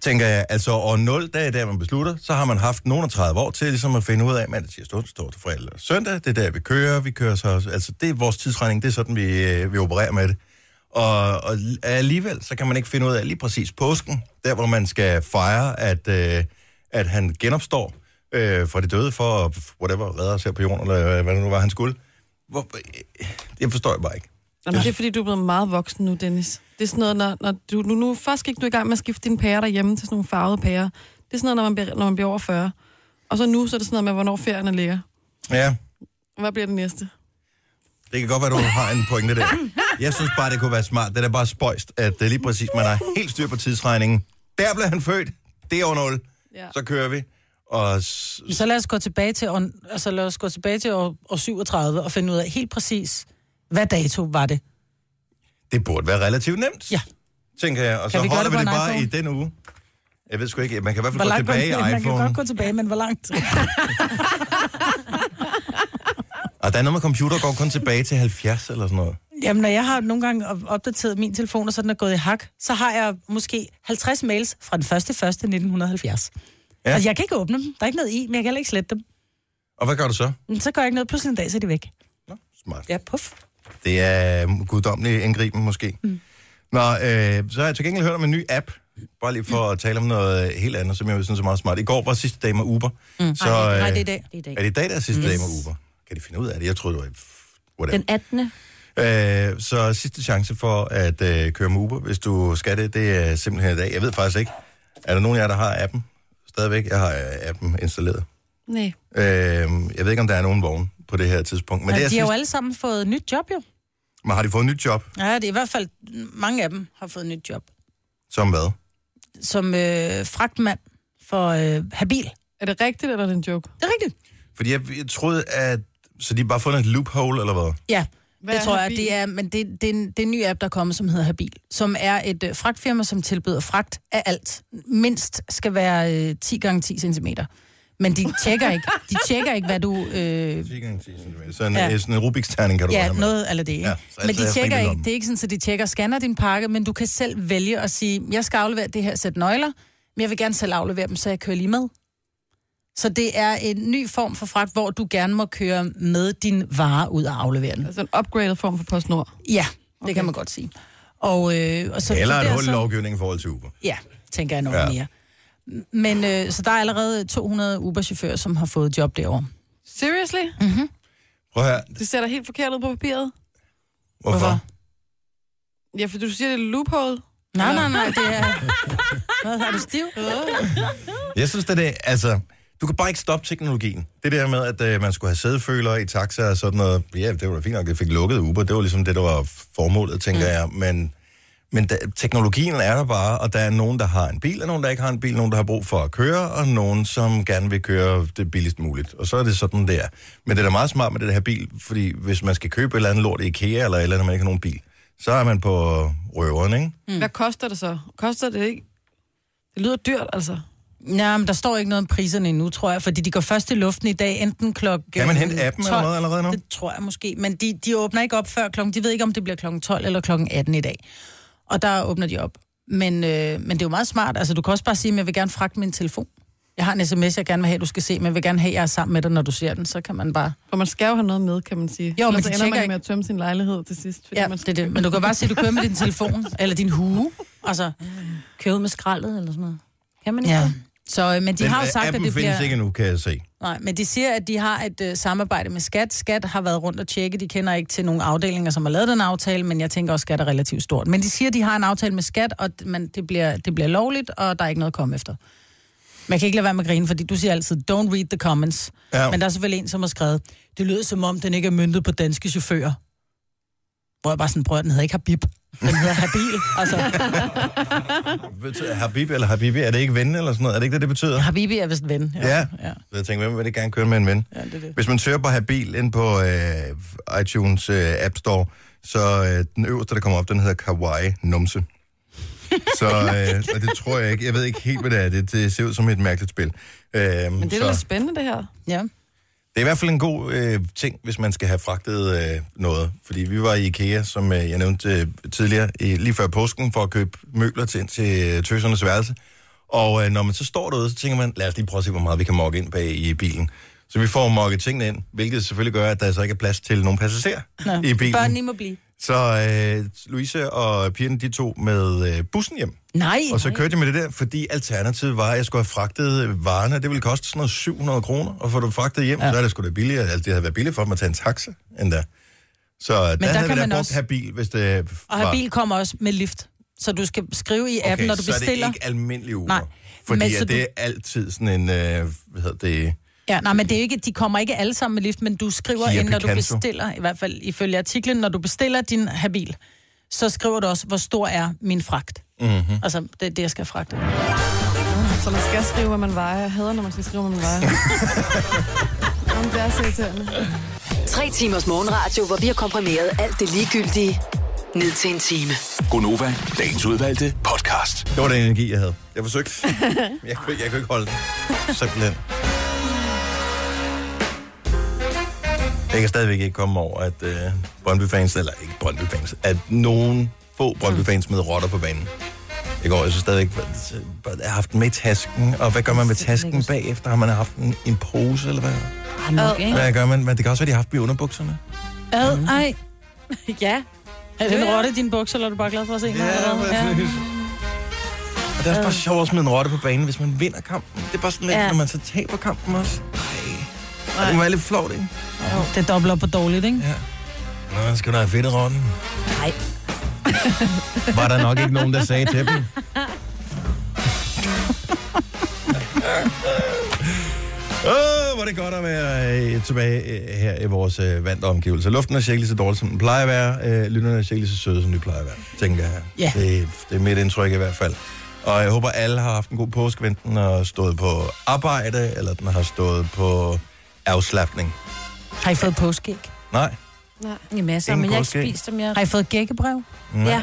Tænker jeg, altså år 0, der er der, man beslutter, så har man haft nogen af 30 år til ligesom at finde ud af, mandag, tirsdag, onsdag, torsdag, fredag eller søndag, det er der, vi kører, vi kører så, altså det er vores tidsregning, det er sådan, vi, øh, vi opererer med det. Og, og alligevel, så kan man ikke finde ud af lige præcis påsken, der hvor man skal fejre, at, øh, at han genopstår øh, fra de døde for at whatever, redde os her på jorden, eller hvad det nu var, han skulle. Hvor, øh, jeg forstår jeg bare ikke. Jamen, det er fordi, du er blevet meget voksen nu, Dennis. Det er sådan noget, når, når du, nu, nu først gik du i gang med at skifte dine pærer derhjemme til sådan nogle farvede pærer. Det er sådan noget, når man bliver, når man bliver over 40. Og så nu, så er det sådan noget med, hvornår ferierne ligger. Ja, Hvad bliver det næste? det kan godt være, du har en pointe der. Jeg synes bare, det kunne være smart. Det er da bare spøjst, at det er lige præcis, man har helt styr på tidsregningen. Der blev han født. Det er år 0. Ja. Så kører vi. Og s- Så lad os gå tilbage til, år, altså lad os gå tilbage til år, år 37 og finde ud af helt præcis, hvad dato var det. det burde være relativt nemt. Ja. tænker jeg. Og så vi gøre holder det vi på det en bare i iPhone? den uge. Jeg ved sgu ikke, man kan i hvert Hvor fald gå langt tilbage i man, man kan iPhone. godt gå tilbage, men hvor langt? *laughs* Og Ah, der er noget med computer, går kun tilbage til 70 eller sådan noget. Jamen, når jeg har nogle gange op- opdateret min telefon, og så den er gået i hak, så har jeg måske 50 mails fra den første første 1970. Ja. Ja. Og jeg kan ikke åbne dem. Der er ikke noget i, men jeg kan heller ikke slette dem. Og hvad gør du så? Men så gør jeg ikke noget. Pludselig en dag, så er de væk. Smart. Ja, puff. Det er um, guddommelig indgriben måske. Mm. Nå, øh, så har jeg til gengæld hørt om en ny app, Bare lige for at tale om noget helt andet, som jeg synes er meget smart. I går var sidste dag med Uber. Mm. Så, Ej, nej, øh, det er i dag. Mm. Det er i dag. Mm. Er det i dag, der er sidste yes. dag med Uber? Kan de finde ud af det? Jeg tror det var... i- Whatever. Den 18. Øh, så sidste chance for at øh, køre med Uber, hvis du skal det, det er simpelthen i dag. Jeg ved faktisk ikke, er der nogen af jer, der har appen stadigvæk? Jeg har øh, appen installeret. Nej. Øh, jeg ved ikke, om der er nogen vogn på det her tidspunkt. Men, Men det er de har jo sidst... alle sammen fået nyt job, jo. Men har de fået nyt job? Ja, det er i hvert fald mange af dem har fået nyt job. Som hvad? Som øh, fragtmand for øh, Habil. Er det rigtigt, eller er det en joke? Det er rigtigt. Fordi jeg, jeg troede, at... Så de har bare fundet et loophole, eller hvad? Ja, Hvad det er tror jeg, Habil? det er, men det, det, er en, det er en ny app, der er kommet, som hedder Habil, som er et øh, fragtfirma, som tilbyder fragt af alt. Mindst skal være øh, 10 gange 10 cm. Men de tjekker ikke, de tjekker ikke hvad du... Øh, 10 gange 10 cm. Så en, ja. Ja. sådan en Rubiks terning kan du ja, regne med. noget eller det, ikke? Ja, Ja, så altså men de er jeg tjekker frivillig ikke, om. det er ikke sådan, at de tjekker, scanner din pakke, men du kan selv vælge at sige, jeg skal aflevere det her sæt nøgler, men jeg vil gerne selv aflevere dem, så jeg kører lige med. Så det er en ny form for fragt, hvor du gerne må køre med din vare ud og aflevere den. Altså en upgraded form for PostNord. Ja, det okay. kan man godt sige. Og, øh, og så, Eller så et der hul i så- lovgivningen i forhold til Uber. Ja, tænker jeg nok Ja. ja. mere. Men øh, så der er allerede 200 Uber-chauffører, som har fået job derovre. *clears throat* Seriously? Mhm. Prøv her. Det ser da helt forkert ud på papiret. Hvorfor? Hvorfor? Hvorfor? Ja, for du siger, det er loophole. Nej, nej, nej, det *laughs* er... Hvad har du stiv? Jeg synes, det er det, altså... Du kan bare ikke stoppe teknologien. Det der med, at øh, man skulle have sædefølere i taxa og sådan noget. Ja, det var da fint nok, at jeg fik lukket Uber. Det var ligesom det, der var formålet, tænker mm. jeg. Men, men da, teknologien er der bare, og der er nogen, der har en bil, og nogen, der ikke har en bil. Nogen, der har brug for at køre, og nogen, som gerne vil køre det billigst muligt. Og så er det sådan der. Men det er da meget smart med det her bil, fordi hvis man skal købe et eller andet lort i IKEA, eller et eller andet, man ikke har nogen bil, så er man på røveren, ikke? Mm. Hvad koster det så? Koster det ikke? Det lyder dyrt, altså. Nej, men der står ikke noget om priserne endnu, tror jeg, fordi de går først i luften i dag, enten klokken Kan man hente appen eller 12. noget allerede nu? Det tror jeg måske, men de, de åbner ikke op før klokken, de ved ikke, om det bliver klokken 12 eller klokken 18 i dag. Og der åbner de op. Men, øh, men det er jo meget smart, altså du kan også bare sige, at jeg vil gerne fragte min telefon. Jeg har en sms, jeg gerne vil have, du skal se, men jeg vil gerne have, at jeg er sammen med dig, når du ser den, så kan man bare... For man skal jo have noget med, kan man sige. men Ellers de ender tjekker man ikke. med at tømme sin lejlighed til sidst. Fordi Ja, man det er det. Men du kan bare sige, at du kører med din *laughs* telefon, eller din hue. Altså, Købe med skraldet eller sådan noget. Kan man ikke? ja. det? Så, øh, men de Den har jo øh, sagt, at appen det findes bliver... ikke endnu, kan jeg se. Nej, men de siger, at de har et øh, samarbejde med Skat. Skat har været rundt og tjekke. De kender ikke til nogen afdelinger, som har lavet den aftale, men jeg tænker også, at Skat er relativt stort. Men de siger, at de har en aftale med Skat, og d- man, det, bliver, det bliver lovligt, og der er ikke noget at komme efter. Man kan ikke lade være med at grine, fordi du siger altid, don't read the comments. Ja. Ja. Men der er selvfølgelig en, som har skrevet, det lyder som om, den ikke er myndet på danske chauffører. Hvor jeg bare sådan, prøver, den hedder ikke Habib. Den hedder Habil. altså, *laughs* Betyder Habib eller Habibi, er det ikke ven eller sådan noget? Er det ikke det, det betyder? Habibi er vist en ven. Ja. ja. Så jeg tænkte, hvem vil det gerne køre med en ven? ja det er det. Hvis man søger på Habil ind på øh, iTunes øh, App Store, så øh, den øverste, der kommer op, den hedder Kawaii Numse. *laughs* Så øh, og det tror jeg ikke. Jeg ved ikke helt, hvad det er. Det, det ser ud som et mærkeligt spil. Øh, Men det er da lidt spændende, det her. Ja. Det er i hvert fald en god øh, ting, hvis man skal have fragtet øh, noget. Fordi vi var i IKEA, som øh, jeg nævnte øh, tidligere, øh, lige før påsken, for at købe møbler til, til øh, tøsernes værelse. Og øh, når man så står derude, så tænker man, lad os lige prøve at se, hvor meget vi kan mokke ind bag i bilen. Så vi får mokket tingene ind, hvilket selvfølgelig gør, at der så ikke er plads til nogen passagerer i bilen. Børnene I må blive. Så øh, Louise og pigerne, de tog med øh, bussen hjem. Nej. Og så kørte jeg med det der, fordi alternativet var, at jeg skulle have fragtet varerne. Det ville koste sådan noget 700 kroner at få det fragtet hjem. Ja. Så er det sgu da billigere. Altså, det havde været billigere for mig at tage en taxa endda. Så der, der der havde kan vi da man brugt også- også... bil, hvis det Og var... Habil kommer også med lift. Så du skal skrive i appen, okay, når du så bestiller. er det ikke almindelig Uber. Nej. Nej. Fordi Men men, så at det du- er altid sådan en... Øh, hvad hedder det? Ja, nej, men det er jo ikke, de kommer ikke alle sammen med lift, men du skriver Kia ind, når du Picanto. bestiller, i hvert fald ifølge artiklen, når du bestiller din Habil, så skriver du også, hvor stor er min fragt. Mhm. Mm-hmm. Altså, det er det, jeg skal fragte. Så man skal skrive, hvad man vejer. Jeg hader, når man skal skrive, hvad man vejer. Jamen, det er så irriterende. Tre timers morgenradio, hvor vi har komprimeret alt det ligegyldige ned til en time. Gonova, dagens udvalgte podcast. Det var den energi, jeg havde. Jeg forsøgte. jeg, kunne, ikke- jeg kunne ikke holde den. Simpelthen. Jeg kan stadigvæk ikke komme over, at øh, Brøndby-fans, eller ikke Brøndby-fans, at nogen få Brøndby-fans med rotter på banen. I går, jeg synes stadigvæk, at at jeg har haft den med i tasken, og hvad gør man med tasken bagefter? Har man haft den i en pose, eller hvad? Ah, nok, ikke? Hvad gør man? Men det kan også være, de har haft dem i underbukserne. Ad, Mhm. ej. Ja. Er det en rotte i dine bukser, eller er du bare glad for at se mig? Ja, allerede? præcis. det er også bare sjovt at smide en rotte på banen, hvis man vinder kampen. Det er bare sådan lidt, Ja. ja. når man så taber kampen også. Ej. Ej. Det må være lidt flot, ikke? Det dobbler op på dårligt, ikke? Ja. Nå, skal du have fedt rotten? Nej. Var der nok ikke nogen, der sagde til dem? Åh, oh, hvor er det godt at være øh, tilbage øh, her i vores øh, vante omgivelser. Luften er cirka lige så dårlig, som den plejer at være. Øh, lytterne er cirka lige så søde, som de plejer at være, tænker jeg. Ja. Det, det er mit indtryk i hvert fald. Og jeg håber, alle har haft en god påske, enten den har stået på arbejde, eller den har stået på afslappning. Har I fået påskæg? Nej. I masser, Ingen men jeg har ikke påske. spist dem. Jeg... Har I fået gækkebrev? Nej. Ja,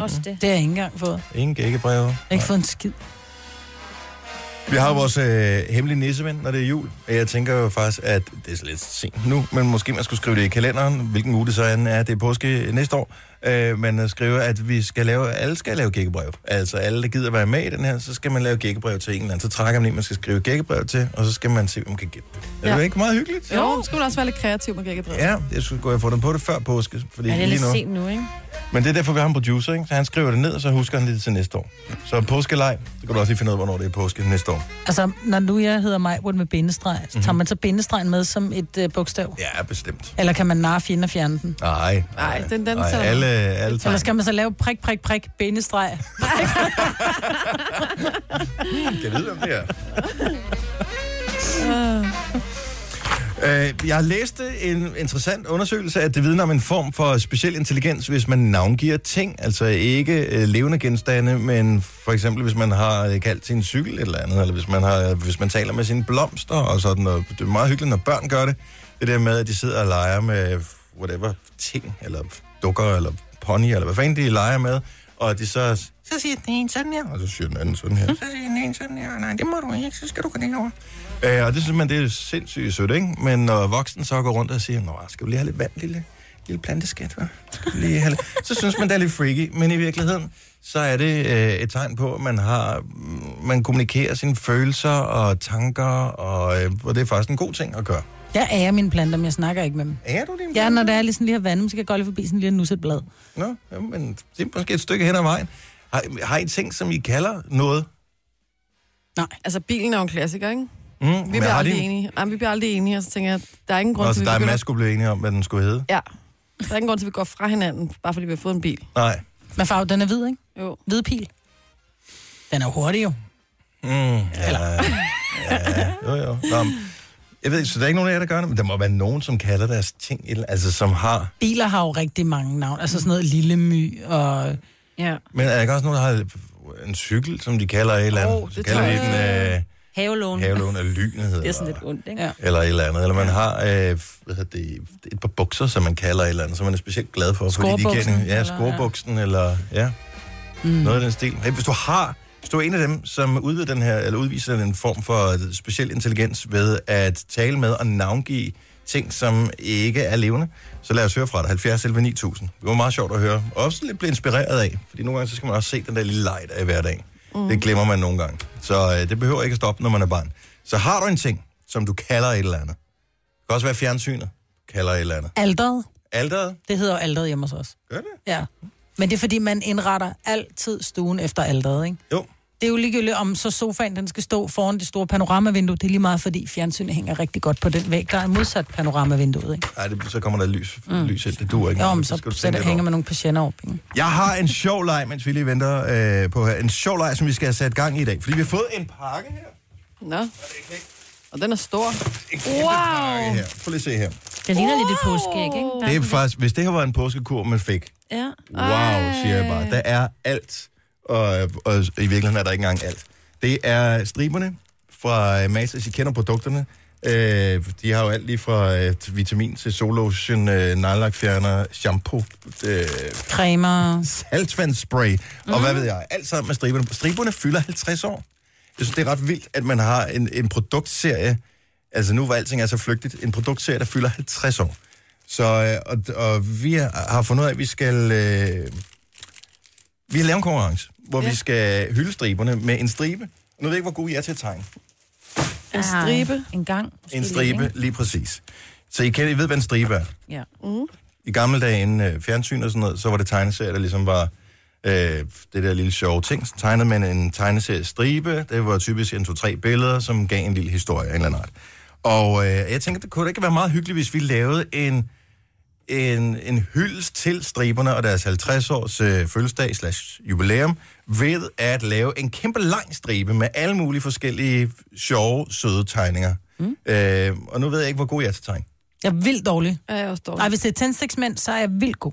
også det. Det har jeg ikke engang fået. Jeg Ingen gækkebreve. har ikke fået en skid. Vi har vores øh, hemmelige nisseven, når det er jul. Jeg tænker jo faktisk, at det er så lidt sent nu, men måske man skulle skrive det i kalenderen, hvilken uge det så end er. Det er påske næste år. Øh, men at skrive, at vi skal lave, alle skal lave gækkebrev. Altså alle, der gider være med i den her, så skal man lave gækkebrev til en eller anden. Så trækker man en, man skal skrive gækkebrev til, og så skal man se, om man kan gætte det. Er Ja. det ikke meget *laughs* hyggeligt? Jo, så skulle man også være lidt kreativ med gækkebrev. Ja, jeg skulle gå og få den på det før påske. Fordi Ja, det er lige lidt nu. sent nu, ikke? Men det er derfor, vi har en producer, ikke? Så han skriver det ned, og så husker han det til næste år. Så påskelej, så kan du også lige finde ud af, hvornår det er påske næste år. Altså, når nu jeg hedder Majwood med bindestreg, mm-hmm. tager man så bindestregen med som et øh, bogstav? Mhm. Ja, bestemt. Eller kan man narre fjenden og fjerne den? Nej. Nej, den- den nej, tager- alle, alle Eller tager. skal man så lave prik, prik, prik, *laughs* bindestreg? Skal jeg vide, hvem det er? Øh, jeg læste en interessant undersøgelse, at det vidner om en form for speciel intelligens, hvis man navngiver ting. Altså ikke øh, levende genstande, men for eksempel hvis man har øh, kaldt sin cykel et eller andet, eller hvis man, har, hvis man taler med sine blomster og sådan noget. Det er meget hyggeligt, når børn gør det. Det der med, at de sidder og leger med whatever ting, eller dukker, eller pony, eller hvad fanden de leger med, og de så... Så siger den ene sådan her, og så siger den anden sådan her. Så siger den ene sådan her, nej, det må du ikke, så skal du gå den over. Øh, og det synes man, det er sindssygt sødt, ikke? Men når voksne så går rundt og siger, Nå, skal du lige have lidt vand, lille, lille planteskat, hva? Skal du Lige have lidt? Så synes man, det er lidt freaky, men i virkeligheden, så er det øh, et tegn på, at man, har, mm, man kommunikerer sine følelser og tanker, og, øh, og det er faktisk en god ting at gøre. Jeg ærer mine planter, men jeg snakker ikke med dem. Er du din Ja, når der er ligesom lige har vandet, så kan jeg godt lige forbi sådan lige at nusse et blad. Nå, jamen, det er måske et stykke hen ad vejen. Har, har I ting, som I kalder noget? Altså, bilen er jo en klassiker, ikke? Mm, Vi men bliver har aldrig de- enige. Nej, vi bliver aldrig enige, og så tænker jeg, der er ingen grund Nå, til, så der at vi er en begynder... masse, skulle blive enige om, hvad den skulle hedde. Ja. Der er ingen grund til, at vi går fra hinanden, bare fordi vi har fået en bil. Nej. Men farve, den er hvid, ikke? Jo. Hvid pil. Den er hurtig jo. Mm, ja, ja, jo, jo. Nå, men jeg ved ikke, så der er ikke nogen af jer, der gør det, men der må være nogen, som kalder deres ting, et eller- altså som har... Biler har jo rigtig mange navne. Altså sådan noget lille my og... Ja. Men er der ikke også nogen, der har en cykel, som de kalder et eller andet? Åh, det så kalder tror de den øh, Havelån. havelån af lynet, hedder *laughs* Det er sådan lidt ondt, ikke? Ja. eller et eller andet. Eller man har øh, hvad hedder det, et par bukser, som man kalder et eller andet, som man er specielt glad for. Fordi de giver Scorebuksen, en, ja, eller- skorebuksen, eller ja, mm. noget af den stil. Hey, hvis du har, hvis du er en af dem, som udvider den her, eller udviser en form for speciel intelligens ved at tale med og navngive ting, som ikke er levende, så lad os høre fra dig. 70 11 9000. Det var meget sjovt at høre. Og også lidt blive inspireret af, fordi nogle gange så skal man også se den der lille leg, der er i hverdagen. Mm. Det glemmer man nogle gange. Så øh, det behøver ikke at stoppe, når man er barn. Så har du en ting, som du kalder et eller andet. Det kan også være fjernsynet, kalder et eller andet. Alderet. Alderet, Det hedder jo alderet hjemme hos os. gør det? Ja. Men det er fordi, man indretter altid stuen efter alderet, ikke? Jo. Det er jo ligegyldigt, om så sofaen den skal stå foran det store panoramavindue. Det er lige meget, fordi fjernsynet hænger rigtig godt på den væg, der er modsat panoramavinduet, ikke? Ej, det, så kommer der lys, mm. lys ind. Det duer ikke. Jo, om Det så, skal du så tænke der lidt hænger over. man nogle patienter op, ikke? Jeg har en sjov leg, mens vi lige venter øh, på her. En sjov leg, som vi skal have sat gang i i dag. Fordi vi har fået en pakke her. Nå. Og den er stor. En kæmpe pakke her. Prøv lige at se her. Det ligner lidt et påskeæg, ikke? Der Det er faktisk, hvis det her var en påskekur, man fik. Ja. Wow, siger jeg bare. Der er alt. Og, og i virkeligheden er der ikke engang alt. Det er striberne fra øh, Matas. I kender produkterne. Øh, de har jo alt lige fra øh, vitamin til Solotion, øh, nylakfjerner, shampoo, øh, Cremer. saltvandspray, mm. og hvad ved jeg, alt sammen med striberne. Striberne fylder 50 år. Jeg synes, det er ret vildt, at man har en, en produktserie, altså nu hvor alting er så flygtigt, en produktserie, der fylder 50 år. Så, øh, og, og vi har har fundet ud af, at vi skal, øh, vi har lavet en konkurrence, hvor ja. vi skal hylde striberne med en stribe. Nu ved jeg ikke, hvor gode I er til at tegne. En stribe. Ah, En gang. måske En lidt, stribe, ikke? lige præcis. Så I, kan, I ved, hvad en stribe er. Ja. Mm. I gamle dage inden øh, fjernsyn og sådan noget, så var det tegneserier, der ligesom var øh, det der lille sjove ting. Så tegnede man en tegneserie stribe. Det var typisk en, to, tre billeder, som gav en lille historie af en eller anden art. Og øh, jeg tænker, det kunne da ikke være meget hyggeligt, hvis vi lavede en, en, en hyldest til striberne og deres 50-års øh, fødselsdag slash jubilæum ved at lave en kæmpe lang stribe med alle mulige forskellige sjove, søde tegninger. Mm. Øh, og nu ved jeg ikke, hvor god jeg er til tegn. Jeg er vildt dårlig. Ja, jeg er også dårlig. Ej, hvis det er tændstiksmænd, så er jeg vildt god.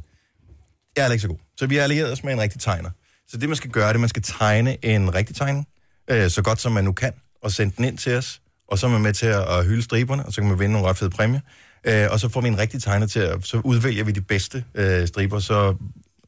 Jeg er ikke så god. Så vi har allieret os med en rigtig tegner. Så det, man skal gøre, det er, at man skal tegne en rigtig tegning, øh, så godt som man nu kan, og sende den ind til os. Og så er man med til at, at hylde striberne, og så kan man vinde nogle ret fede præmier. Øh, og så får vi en rigtig tegner til at, så udvælger vi de bedste øh, striber, så,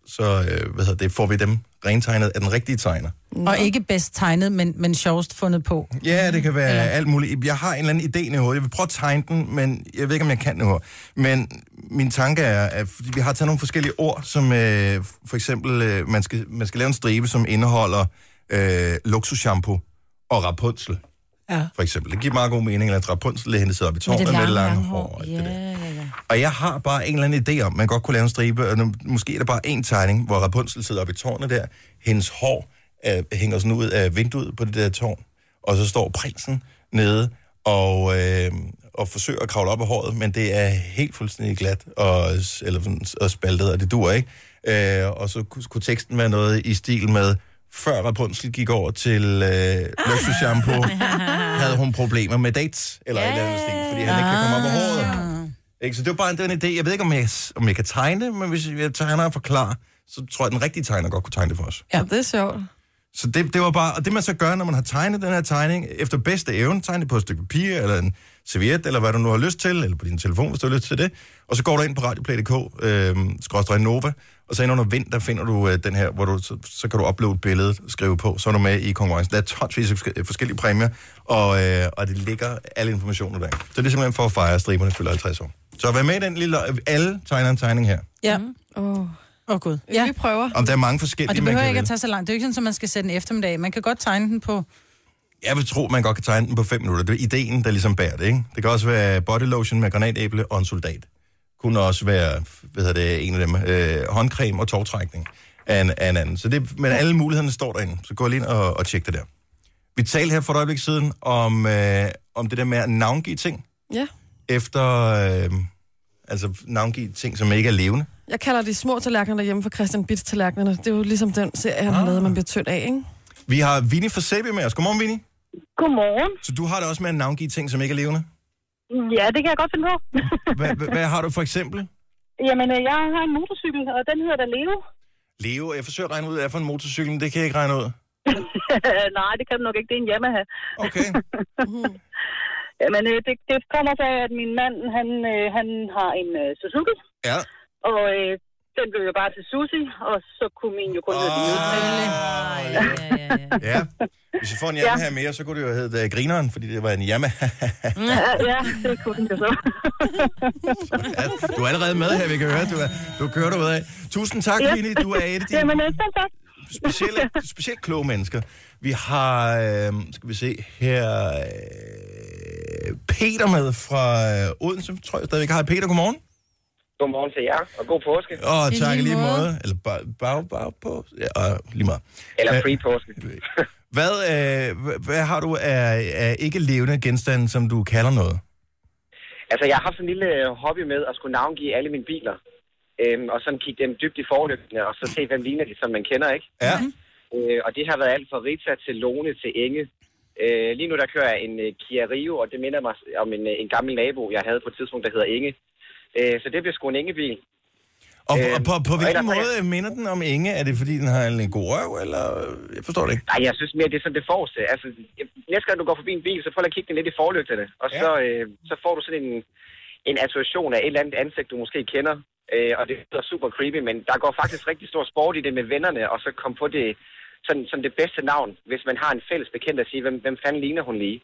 så øh, hvad hedder det, får vi dem rentegnet af den rigtige tegner. Og ikke bedst tegnet, men, men sjovest fundet på. Ja, det kan være ja. alt muligt. Jeg har en eller anden idé i hovedet. Jeg vil prøve at tegne den, men jeg ved ikke, om jeg kan nu. Men min tanke er, at fordi vi har taget nogle forskellige ord, som øh, for eksempel, øh, man, skal, man skal lave en stribe, som indeholder øh, luksusshampoo og Rapunzel. Ja. For eksempel. Det giver meget god mening, at Rapunzel er hentet sidder op i tårnet med det lange, lange hår. og alt det der. ja, ja. Og jeg har bare en eller anden idé om, man godt kunne lave en stribe, og nu- måske er der bare en tegning, hvor Rapunzel sidder oppe i tårnet der, hendes hår øh, hænger sådan ud af vinduet på det der tårn, og så står prinsen nede og, øh, og forsøger at kravle op af håret, men det er helt fuldstændig glat og, s- eller sådan, s- og spaltet, og det dur ikke. Øh, og så ku- kunne teksten være noget i stil med, før Rapunzel gik over til øh, *laughs* luksusshampoo, havde hun problemer med dates, eller yeah. et eller andet stil, fordi han ikke kan komme op af håret. Ikke? Så det var bare en, det var en idé. Jeg ved ikke, om jeg, om jeg kan tegne det, men hvis jeg tegner og forklarer, så tror jeg, at den rigtige tegner godt kunne tegne det for os. Ja, det er sjovt. Så det, det var bare... Og det, man så gør, når man har tegnet den her tegning, efter bedste evne, tegne det på et stykke papir, eller en serviet, eller hvad du nu har lyst til, eller på din telefon, hvis du har lyst til det. Og så går du ind på radioplay.dk, øh, skråstrej Nova, og så ind under vind, der finder du øh, den her, hvor du, så, så kan du uploade billedet og skrive på, så er du med i konkurrencen. Der er tonsvis af forske- øh, forskellige præmier, og, øh, og det ligger alle informationer der. Så det er simpelthen for at fejre, at striberne fylder 50 år. Så vær med i den lille... Alle tegner en tegning her. Ja. Åh, Åh, oh, gud. ja. Ja. Vi prøver. Om der er mange forskellige, Og det man behøver kan ikke at vælge. tage så langt. Det er jo ikke sådan, at man skal sætte en eftermiddag. Man kan godt tegne den på... Jeg vil tro, man godt kan tegne den på 5 minutter. Det er ideen, der ligesom bærer det, ikke? Det kan også være body lotion med granatæble og en soldat. Kunne også være, hvad hedder det, en af dem, øh, håndcreme og tårtrækning af en, af en anden. Så det, men alle mulighederne står derinde, så gå lige ind og, og tjek det der. Vi talte her for et øjeblik siden om, øh, om det der med at navngive ting Ja. efter... Øh, altså navngive ting, som ikke er levende. Jeg kalder de små tallerkener derhjemme for Christian Bits tallerkenerne. Det er jo ligesom den serie, Ah. han har lavet, man bliver tynd af, ikke? Vi har Vinnie fra Sæbe med os. Godmorgen, Vinnie. Godmorgen. Så du har det også med at navngive ting, som ikke er levende. Ja, det kan jeg godt finde på. Hvad, hvad, hvad har du for eksempel? Jamen, øh, jeg har en motorcykel, og den hedder da Leo. Leo, jeg forsøger at regne ud, hvad for en motorcykel, men det kan jeg ikke regne ud. *laughs* Nej, det kan den nok ikke. Det er en Yamaha. *laughs* Okay. Jamen, øh, det, det kommer så af, at min mand, han, øh, han har en øh, Suzuki, Ja. og øh, den blev jo bare til Susi, og så kunne min jo kun hedde Leo. Oh, Ja, ja, ja, ja. ja. Hvis jeg får en Yamaha mere, så kunne det jo hedde uh, Grineren, fordi det var en Yamaha. Ja, *laughs* ja, det kunne den jo så. Ja, du er allerede med her, vi kan høre. Du, er, du kører dig ud af. Tusind tak, Ja. Vinnie. Du er et af Jamen, de øh, selv tak. specielle, specielt kloge mennesker. Vi har, øh, skal vi se, her øh, Peter med fra øh, Odense, tror jeg stadigvæk. Hej Peter, godmorgen. Godmorgen til jer, og god påske. Åh, oh, I tak i lige lige måde. måde. Eller bag, bag, bag på. Ja, øh, lige meget. Eller Ja. free påske. Hvad, øh, hva- hvad har du af, af ikke levende genstande, som du kalder noget? Altså, jeg har haft sådan en lille øh, hobby med at skulle navngive alle mine biler. Øhm, og sådan kigge dem dybt i forlygtene, og så se, hvem ligner de, som man kender, ikke? Ja. Mhm. Øh, og det har været alt fra Rita til Lone til Inge. Øh, lige nu, der kører jeg en øh, Kia Rio, og det minder mig om en, øh, en gammel nabo, jeg havde på et tidspunkt, der hedder Inge. Øh, så det bliver sgu en Ingebil. Og, Øhm, og på, på og hvilken ellers har måde minder den om Inge? Er det, fordi den har en god røv, eller? Jeg forstår det ikke. Nej, jeg synes mere, det er sådan det forreste. Altså, jeg- næste gang du går forbi en bil, så prøv lige at kigge den lidt i forlygterne, og så, øh, så får du sådan en, en association af et eller andet ansigt, du måske kender. Øh, og det lyder super creepy, men der går faktisk rigtig stor sport i det med vennerne, og så komme på det sådan, som det bedste navn, hvis man har en fælles bekendt at sige, hvem, hvem fanden ligner hun lige.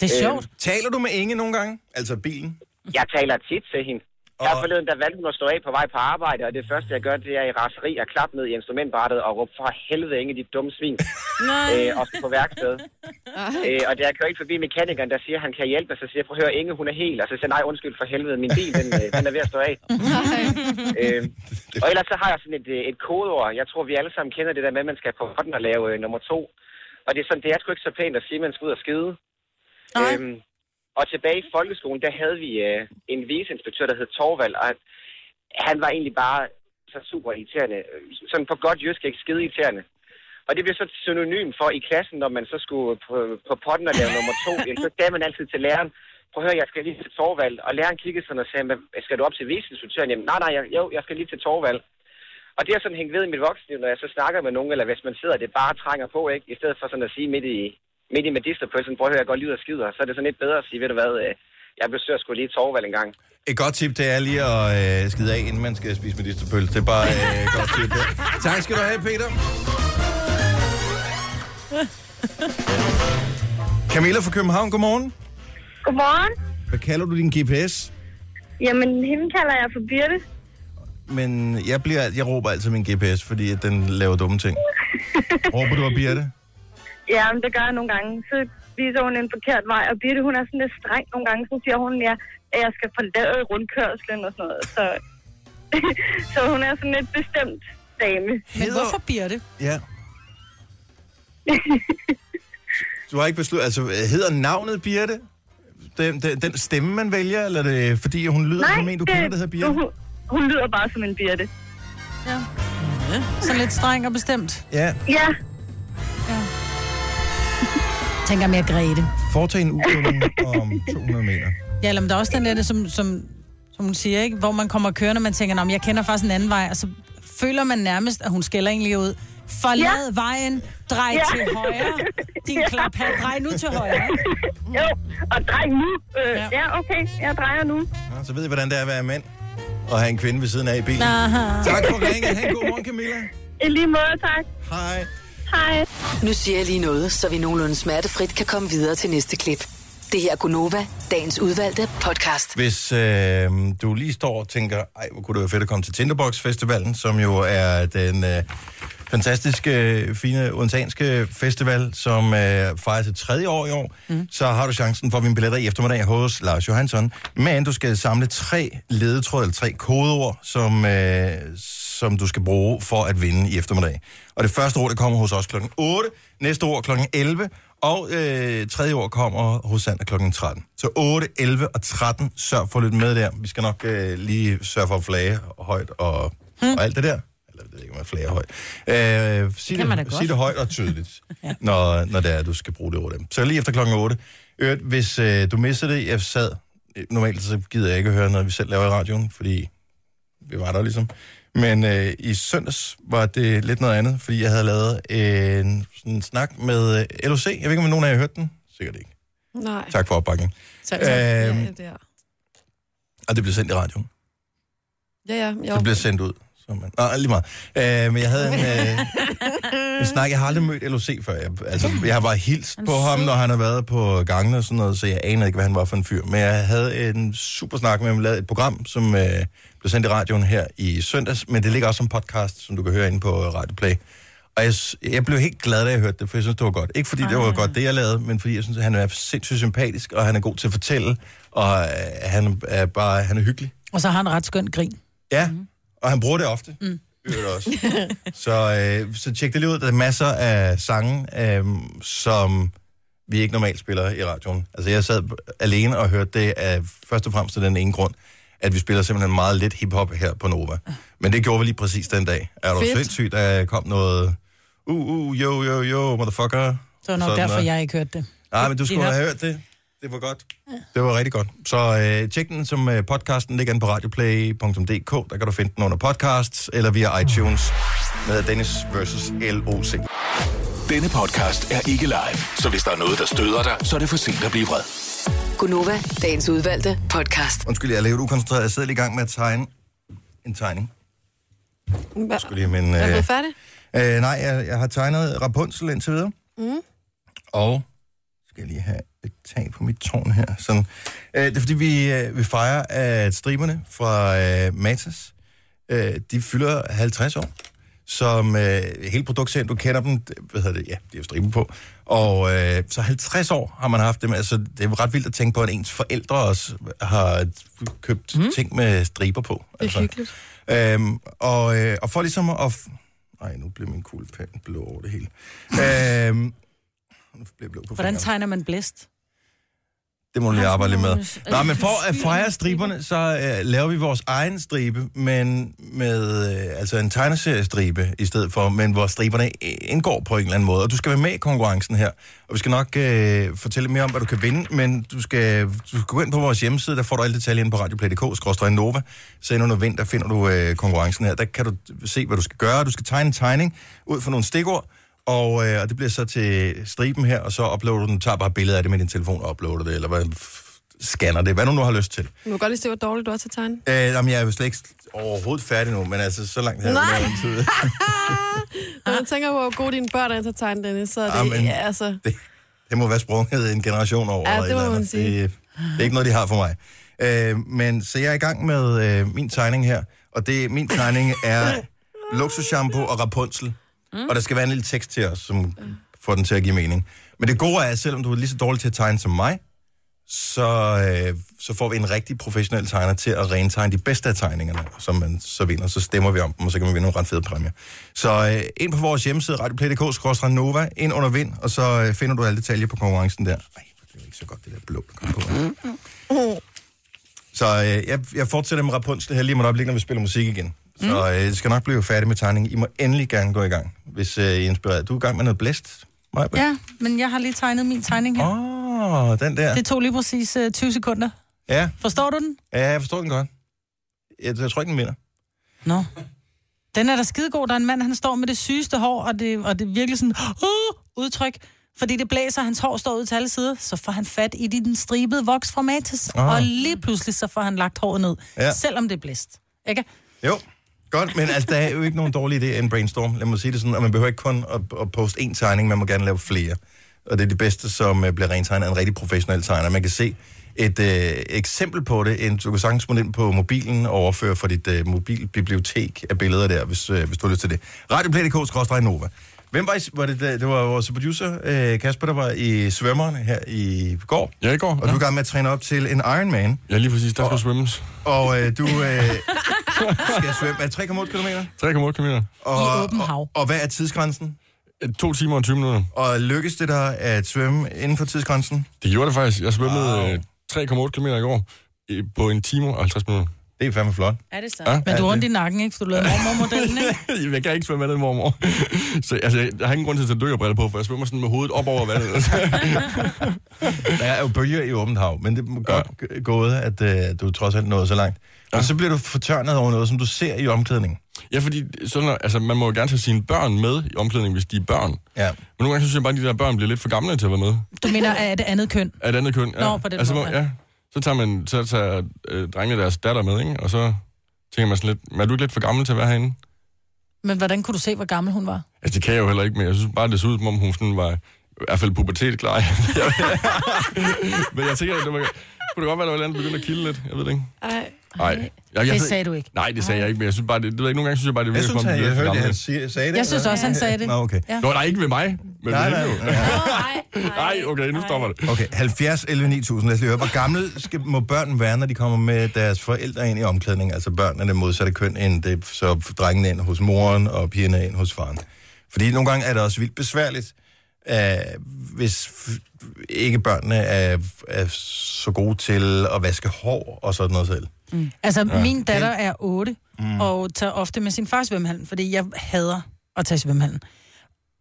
Det er Øh, sjovt. Taler du med Inge nogle gange? Altså bilen? Jeg taler tit til hende. Og, Her forleden, der valgte hun at stå af på vej på arbejde, og det første, jeg gør, det er i raseri at klappe ned i instrumentbrættet og råbe for helvede ingen, de dumme svin, Nej. øh, og på værksted. Øh, og da jeg kører ikke forbi mekanikeren, der siger, at han kan hjælpe mig, så siger jeg, prøv at høre, Inge, hun er helt. Og så siger jeg, nej, undskyld for helvede, min bil, den, øh, den er ved at stå af. *laughs* øh, og ellers så har jeg sådan et, øh, et kodeord. Jeg tror, vi alle sammen kender det der med, at man skal på hånden og lave øh, nummer to. Og det er sådan, det er sgu ikke så pænt at sige, at man skal ud og skide. Nej. Øhm, og tilbage i folkeskolen, der havde vi øh, en viceinspektør, der hed Torvald, og han- han var egentlig bare så super irriterende. Øh, Sådan på godt jysk, ikke skide irriterende. Og det blev så et synonym for i klassen, når man så skulle på, på potten og lave nummer to, jamen, så sagde man altid til læreren, prøv at høre, jeg skal lige til Torvald. Og læreren kiggede sådan og sagde, "Hvad, skal du op til viceinspektøren? Jamen, nej, nej, jeg, jo, jeg skal lige til Torvald. Og det er sådan hængt ved i mit voksenliv, når jeg så snakker med nogen, eller hvis man sidder, og det bare trænger på, ikke? I stedet for sådan at sige midt i, midt i medisterpølsen, prøv at høre, jeg går lige ud og skider, så er det sådan lidt bedre at sige, ved du hvad, øh, jeg besøger sgu lige Torvald en gang. Et godt tip, det er lige at øh, skide af, inden man skal spise medisterpølse. Det er bare øh, et godt tip. Der. Tak skal du have, Peter. Camilla fra København, godmorgen. Godmorgen. Hvad kalder du din GPS? Jamen, hende kalder jeg for Birte. Men jeg, bliver, alt- jeg råber altid min GPS, fordi at den laver dumme ting. Råber du og Birte? Ja, men det gør jeg nogle gange. Så viser hun en forkert vej, og Birte, hun er sådan lidt streng nogle gange. Så siger hun, ja, at jeg skal forlade rundkørslen og sådan noget. Så, *laughs* så hun er sådan lidt bestemt dame. Men hvorfor Birte? Ja. Du har ikke besluttet, altså hedder navnet Birte? Den, den, den stemme, man vælger, eller er det fordi, hun lyder som en, du kender, der hedder Birte? Hun, hun lyder bare som en Birte. Sådan lidt streng og bestemt. Ja, Ja, Tænker mere Grete. foretag en udvinding om 200 meter. Ja, eller, men der er også den der, det som, som, som hun siger, ikke? hvor man kommer kørende, og man tænker, "Nå, men jeg kender faktisk en anden vej, og så føler man nærmest, at hun skælder egentlig ud. Forlad ja. vejen, drej ja. Ja. til *laughs* højre. Din Ja. klap her, drej nu til højre. ikke? *laughs* jo. Og drej nu. Øh, Ja. ja. ja, okay. Jeg drejer nu. Nå, så ved I, hvordan det er at være mand og have en kvinde ved siden af i bilen. Tak for ringen. Ha' en god morgen, Camilla. I lige måde, tak. Hej. Hej. Nu siger jeg lige noget, så vi nogenlunde smertefrit kan komme videre til næste klip. Det her er Gunova, dagens udvalgte podcast. Hvis øh, du lige står og tænker, ej, hvor kunne det være fedt at komme til Tinderbox Festivalen, som jo er den øh, fantastiske, øh, fine, odenseanske festival, som øh, fejrer til tredje år i år, mm. så har du chancen for at vinde billetter i eftermiddag hos Lars Johansson. Men du skal samle tre ledetråde, eller tre kodeord, som, øh, som du skal bruge for at vinde i eftermiddag. Og det første ord, det kommer hos os klokken 8, næste ord klokken 11, og øh, tredje år kommer hos Sander kl. 13. Så 8, 11 og 13, sørg for at lytte med der. Vi skal nok øh, lige sørge for at flage højt og, hmm. og alt det der. Eller jeg ved ikke, om man flager højt. Øh, sig, kan man da det, godt. sig det højt og *laughs* tydeligt, ja. når, når det er, du skal bruge det ord. Så lige efter klokken 8. Øh, hvis øh, du misser det, jeg sad... øh, Normalt så gider jeg ikke at høre noget, vi selv laver i radioen, fordi vi var der ligesom. Men øh, i søndags var det lidt noget andet, fordi jeg havde lavet øh, en, sådan en snak med øh, LOC. Jeg ved ikke, om nogen af jer har hørt den. Sikkert ikke. Nej. Tak for opbakningen. Så, Øh, Ja, det er. og det blev sendt i radioen. Ja, ja. Jo. Det blev sendt ud. Så man... Nå, lige meget. Øh, men jeg havde en, øh, en snak. Jeg har aldrig mødt LOC før. Jeg, altså, jeg har bare hilst på ham, når han har været på gangen og sådan noget, så jeg anede ikke, hvad han var for en fyr. Men jeg havde en super snak med ham. Vi lavede et program, som øh, blev sendt i radioen her i søndags, men det ligger også som podcast, som du kan høre inde på øh, Radio Play. Og jeg, s- jeg blev helt glad, da jeg hørte det, for jeg synes, det var godt. Ikke fordi det var godt, det jeg lavede, men fordi jeg synes, han er sindssygt sympatisk, og han er god til at fortælle, og øh, han er bare han er hyggelig. og så har han ret skøn grin. Mhm. Ja, mm. og han bruger det ofte. Mm. *laughs* Også. så, øh, så tjek det lige ud. Der er masser af sange, øh, som vi ikke normalt spiller i radioen. Altså, jeg sad alene og hørte det af først og fremmest af den ene grund, at vi spiller simpelthen meget lidt hiphop her på Nova. Men det gjorde vi lige præcis den dag. Er du Fedt. sindssygt, der kom noget... Uh, uh, yo, yo, yo, motherfucker. Det var nok Sådan Sådan derfor, noget. jeg ikke hørte det. Nej, men du skulle har- have hørt det. Det var godt. Det var rigtig godt. Så øh, tjek den som øh, podcasten. ligger inde på radioplay.dk. Der kan du finde den under podcasts, eller via iTunes med Dennis versus LOC. Denne podcast er ikke live, så hvis der er noget, der støder dig, så er det for sent at blive vred. Gunova, dagens udvalgte podcast. Undskyld, jeg er lidt ukoncentreret. Jeg sidder lige i gang med at tegne en tegning. Hva- Skulle lige, men, Er du øh, blevet færdig? øh, nej, jeg, jeg har tegnet Rapunzel indtil videre. Mm. Og skal jeg lige have et tag på mit tårn her. Sådan. Øh, det er fordi, vi, øh, vi fejrer, at striberne fra øh, Matas, øh, de fylder 50 år. Som øh, hele produktserien, du kender dem, d- hvad hedder det, ja, de er jo striber på. Og øh, så 50 år har man haft dem. Altså, det er jo ret vildt at tænke på, at ens forældre også har købt mm. ting med striber på. Altså. hyggeligt. Øhm, og, øh, og for ligesom at... f- Ej, nu blev min kuglepen blå over det hele. øhm, nu bliver jeg blå på Hvordan fingrene. tegner man blæst? Det må du lige arbejde lidt med. Rasmus, Nej, men for at fejre striberne, så øh, laver vi vores egen stribe, men med øh, altså en tegneseriestribe i stedet for, men hvor striberne øh, indgår på en eller anden måde. Og du skal være med i konkurrencen her, og vi skal nok øh, fortælle mere om, hvad du kan vinde, men du skal, du skal gå ind på vores hjemmeside, der får du alle detaljer ind på radioplay.dk-nova. Så endnu noget vind, der finder du øh, konkurrencen her. Der kan du se, hvad du skal gøre. Du skal tegne en tegning ud fra nogle stikord, og, øh, og det bliver så til striben her, og så uploader du den, tager bare billeder af det med din telefon og uploader det, eller hvad, f- scanner det, hvad du nu har lyst til. Du må godt lige se, hvor dårligt du er til at tegne. Øh, jamen, jeg er jo slet ikke overhovedet færdig nu, men altså, så langt her. Nej. Tid. Når jeg tænker på, hvor gode dine børn er til at tegne, Dennis, så er det... Amen. Ja, altså... Det, det må være sprunget en generation over. Ja, eller det et må eller man andet. sige. Det, det er ikke noget, de har for mig. Øh, men så jeg er i gang med øh, min tegning her, og det min tegning *laughs* er luksusshampoo og Rapunzel. Mm. Og der skal være en lille tekst til os, som får den til at give mening. Men det gode er, at selvom du er lige så dårlig til at tegne som mig, så, øh, så får vi en rigtig professionel tegner til at rentegne de bedste af tegningerne, som man så vinder. Så stemmer vi om dem, og så kan man vinde nogle ret fede præmier. Så øh, ind på vores hjemmeside, radioplay.dk, Nova, ind under vind, og så øh, finder du alle detaljer på konkurrencen der. Ej, det er jo ikke så godt, det der blå, der kom på. mm, Så øh, jeg, jeg fortsætter med Rapunzel her lige om et øjeblik, når vi spiller musik igen. Så øh, jeg skal nok blive færdig med tegningen. I må endelig gerne gå i gang, hvis øh, I er inspireret. Du er i gang med noget blæst, Maja? Ja, men jeg har lige tegnet min tegning her. Åh, oh, den der. Det tog lige præcis øh, 20 sekunder. Ja. Forstår du den? Ja, jeg forstår den godt. Jeg, jeg tror ikke, den vinder. Nå. Den er da skidegod. Der er en mand, han står med det sygeste hår, og det, og det er virkelig sådan, uh, udtryk. Fordi det blæser, hans hår står ud til alle sider, så får han fat i de- den stribede voks fra Matas. Ah. Ah. Og lige pludselig, så får han lagt håret ned, Ja. ja. selvom det er blæst. Ikke? Jo, godt, men altså, der er jo ikke nogen dårlig idé en brainstorm. Lad mig sige det sådan, og man behøver ikke kun at, at poste én tegning, man må gerne lave flere. Og det er det bedste, som øh, bliver rentegnet af en rigtig professionel tegner. Man kan se et øh, eksempel på det, en du kan sagtens gå ind på mobilen og overføre fra dit øh, mobilbibliotek af billeder der, hvis, øh, hvis du har lyst til det. Radioplay.dk-nova. Hvem var, I, var det, der- det var vores producer, øh, Kasper, der var i svømmeren her i går. Ja, i går. Og ja. du er i gang med at træne op til en Ironman. Ja, lige præcis. Der skal svømmes. Og øh, du *laughs* øh, skal svømme af 3,8 km. 3,8 km. Og, I åben hav. Og, og hvad er tidsgrænsen? 2 timer og 20 minutter. Og lykkes det dig at svømme inden for tidsgrænsen? Det gjorde det faktisk. Jeg svømmede Wow. øh, 3,8 km i går øh, på en time og 50 minutter. Det er fandme flot. Er det så? Ja. Men Ja, du har det- ondt i nakken, ikke? For du lavede *laughs* mormormodellen, ikke? jeg kan ikke svømme andet end mormor. *laughs* Så altså, jeg, jeg har ingen grund til at tage dykkerbriller på, for jeg svømmer sådan med hovedet op over vandet. *laughs* Der er jo bølger i åbent hav, men det er godt ja. gået, at øh, du trods alt nåede så langt. Og så bliver du fortørnet over noget, som du ser i omklædningen. ja, fordi sådan, er- altså, man må jo gerne tage sine børn med i omklædningen, hvis de er børn. Ja. Men nogle gange synes jeg bare, at de der børn bliver lidt for gamle til at være med. Du mener, at det andet køn? Af et andet køn. Ja. Nå, på den altså, måde, må- ja. ja. Så tager, man, så tager øh, drengene deres datter med, ikke? og så tænker man sådan lidt, "Men er du ikke lidt for gammel til at være herinde? Men hvordan kunne du se, hvor gammel hun var? Altså, det kan jeg jo heller ikke, men jeg synes bare, det så ud, som om hun sådan var i hvert fald *laughs* pubertetklar. men jeg tænker, at det var, kunne det godt være, at der var et eller andet, der begyndte at kilde lidt. Jeg ved det ikke. Ej. Nej. Jeg, jeg, Det sagde du ikke. Nej, det sagde jeg ikke, men jeg synes bare, det, det ved jeg ikke, nogle gange synes jeg bare, det Jeg virker synes, som om, at de jeg bliver hørte, at for han gamle. siger, sagde det. Jeg synes også, han sagde det. Nå, okay. Ja. Nå, nej, ikke ved mig, men Nej, ved hende jo. nej, ja. *laughs* Nej, okay, nu stopper det. Okay, 70 11 9000. Lad os lige høre, hvor gamle skal, må børn være, når de kommer med deres forældre ind i omklædning? Altså børn er det modsatte køn, end det, så drengene ind hos moren og pigerne ind hos faren. Fordi nogle gange er det også vildt besværligt, øh, hvis f- ikke børnene er, er så gode til at vaske hår og sådan noget selv. Altså, ja. min datter er 8, mm. og tager ofte med sin far i svømmehallen, fordi jeg hader at tage i svømmehallen.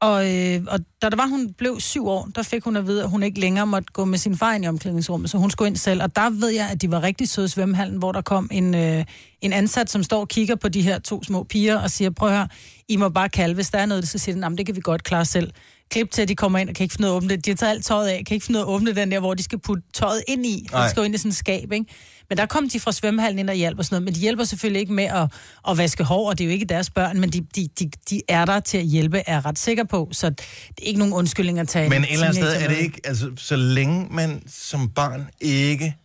Og, øh, og da der var, hun blev syv år, der fik hun at vide, at hun ikke længere måtte gå med sin far ind i omklædningsrummet, så hun skulle ind selv. Og der ved jeg, at de var rigtig søde i svømmehallen, hvor der kom en, øh, en ansat, som står og kigger på de her to små piger og siger, prøv at høre, I må bare kalde, hvis der er noget, så siger den, "Nå, men det kan vi godt klare selv. Klip til, at de kommer ind og kan ikke finde ud af at åbne det. De har taget alt tøjet af, kan ikke finde ud af at åbne den der, hvor de skal putte tøjet ind i. Nej. De skal jo ind i sådan en skab, ikke? Men der kom de fra svømmehallen ind og hjalp og sådan noget. Men de hjælper selvfølgelig ikke med at, at vaske hår, og det er jo ikke deres børn, men de, de, de, de er der til at hjælpe, er jeg ret sikker på. Så det er ikke nogen undskyldning at tage. Men en et eller andet sted teenager er det med. ikke... Altså, så længe man som barn ikke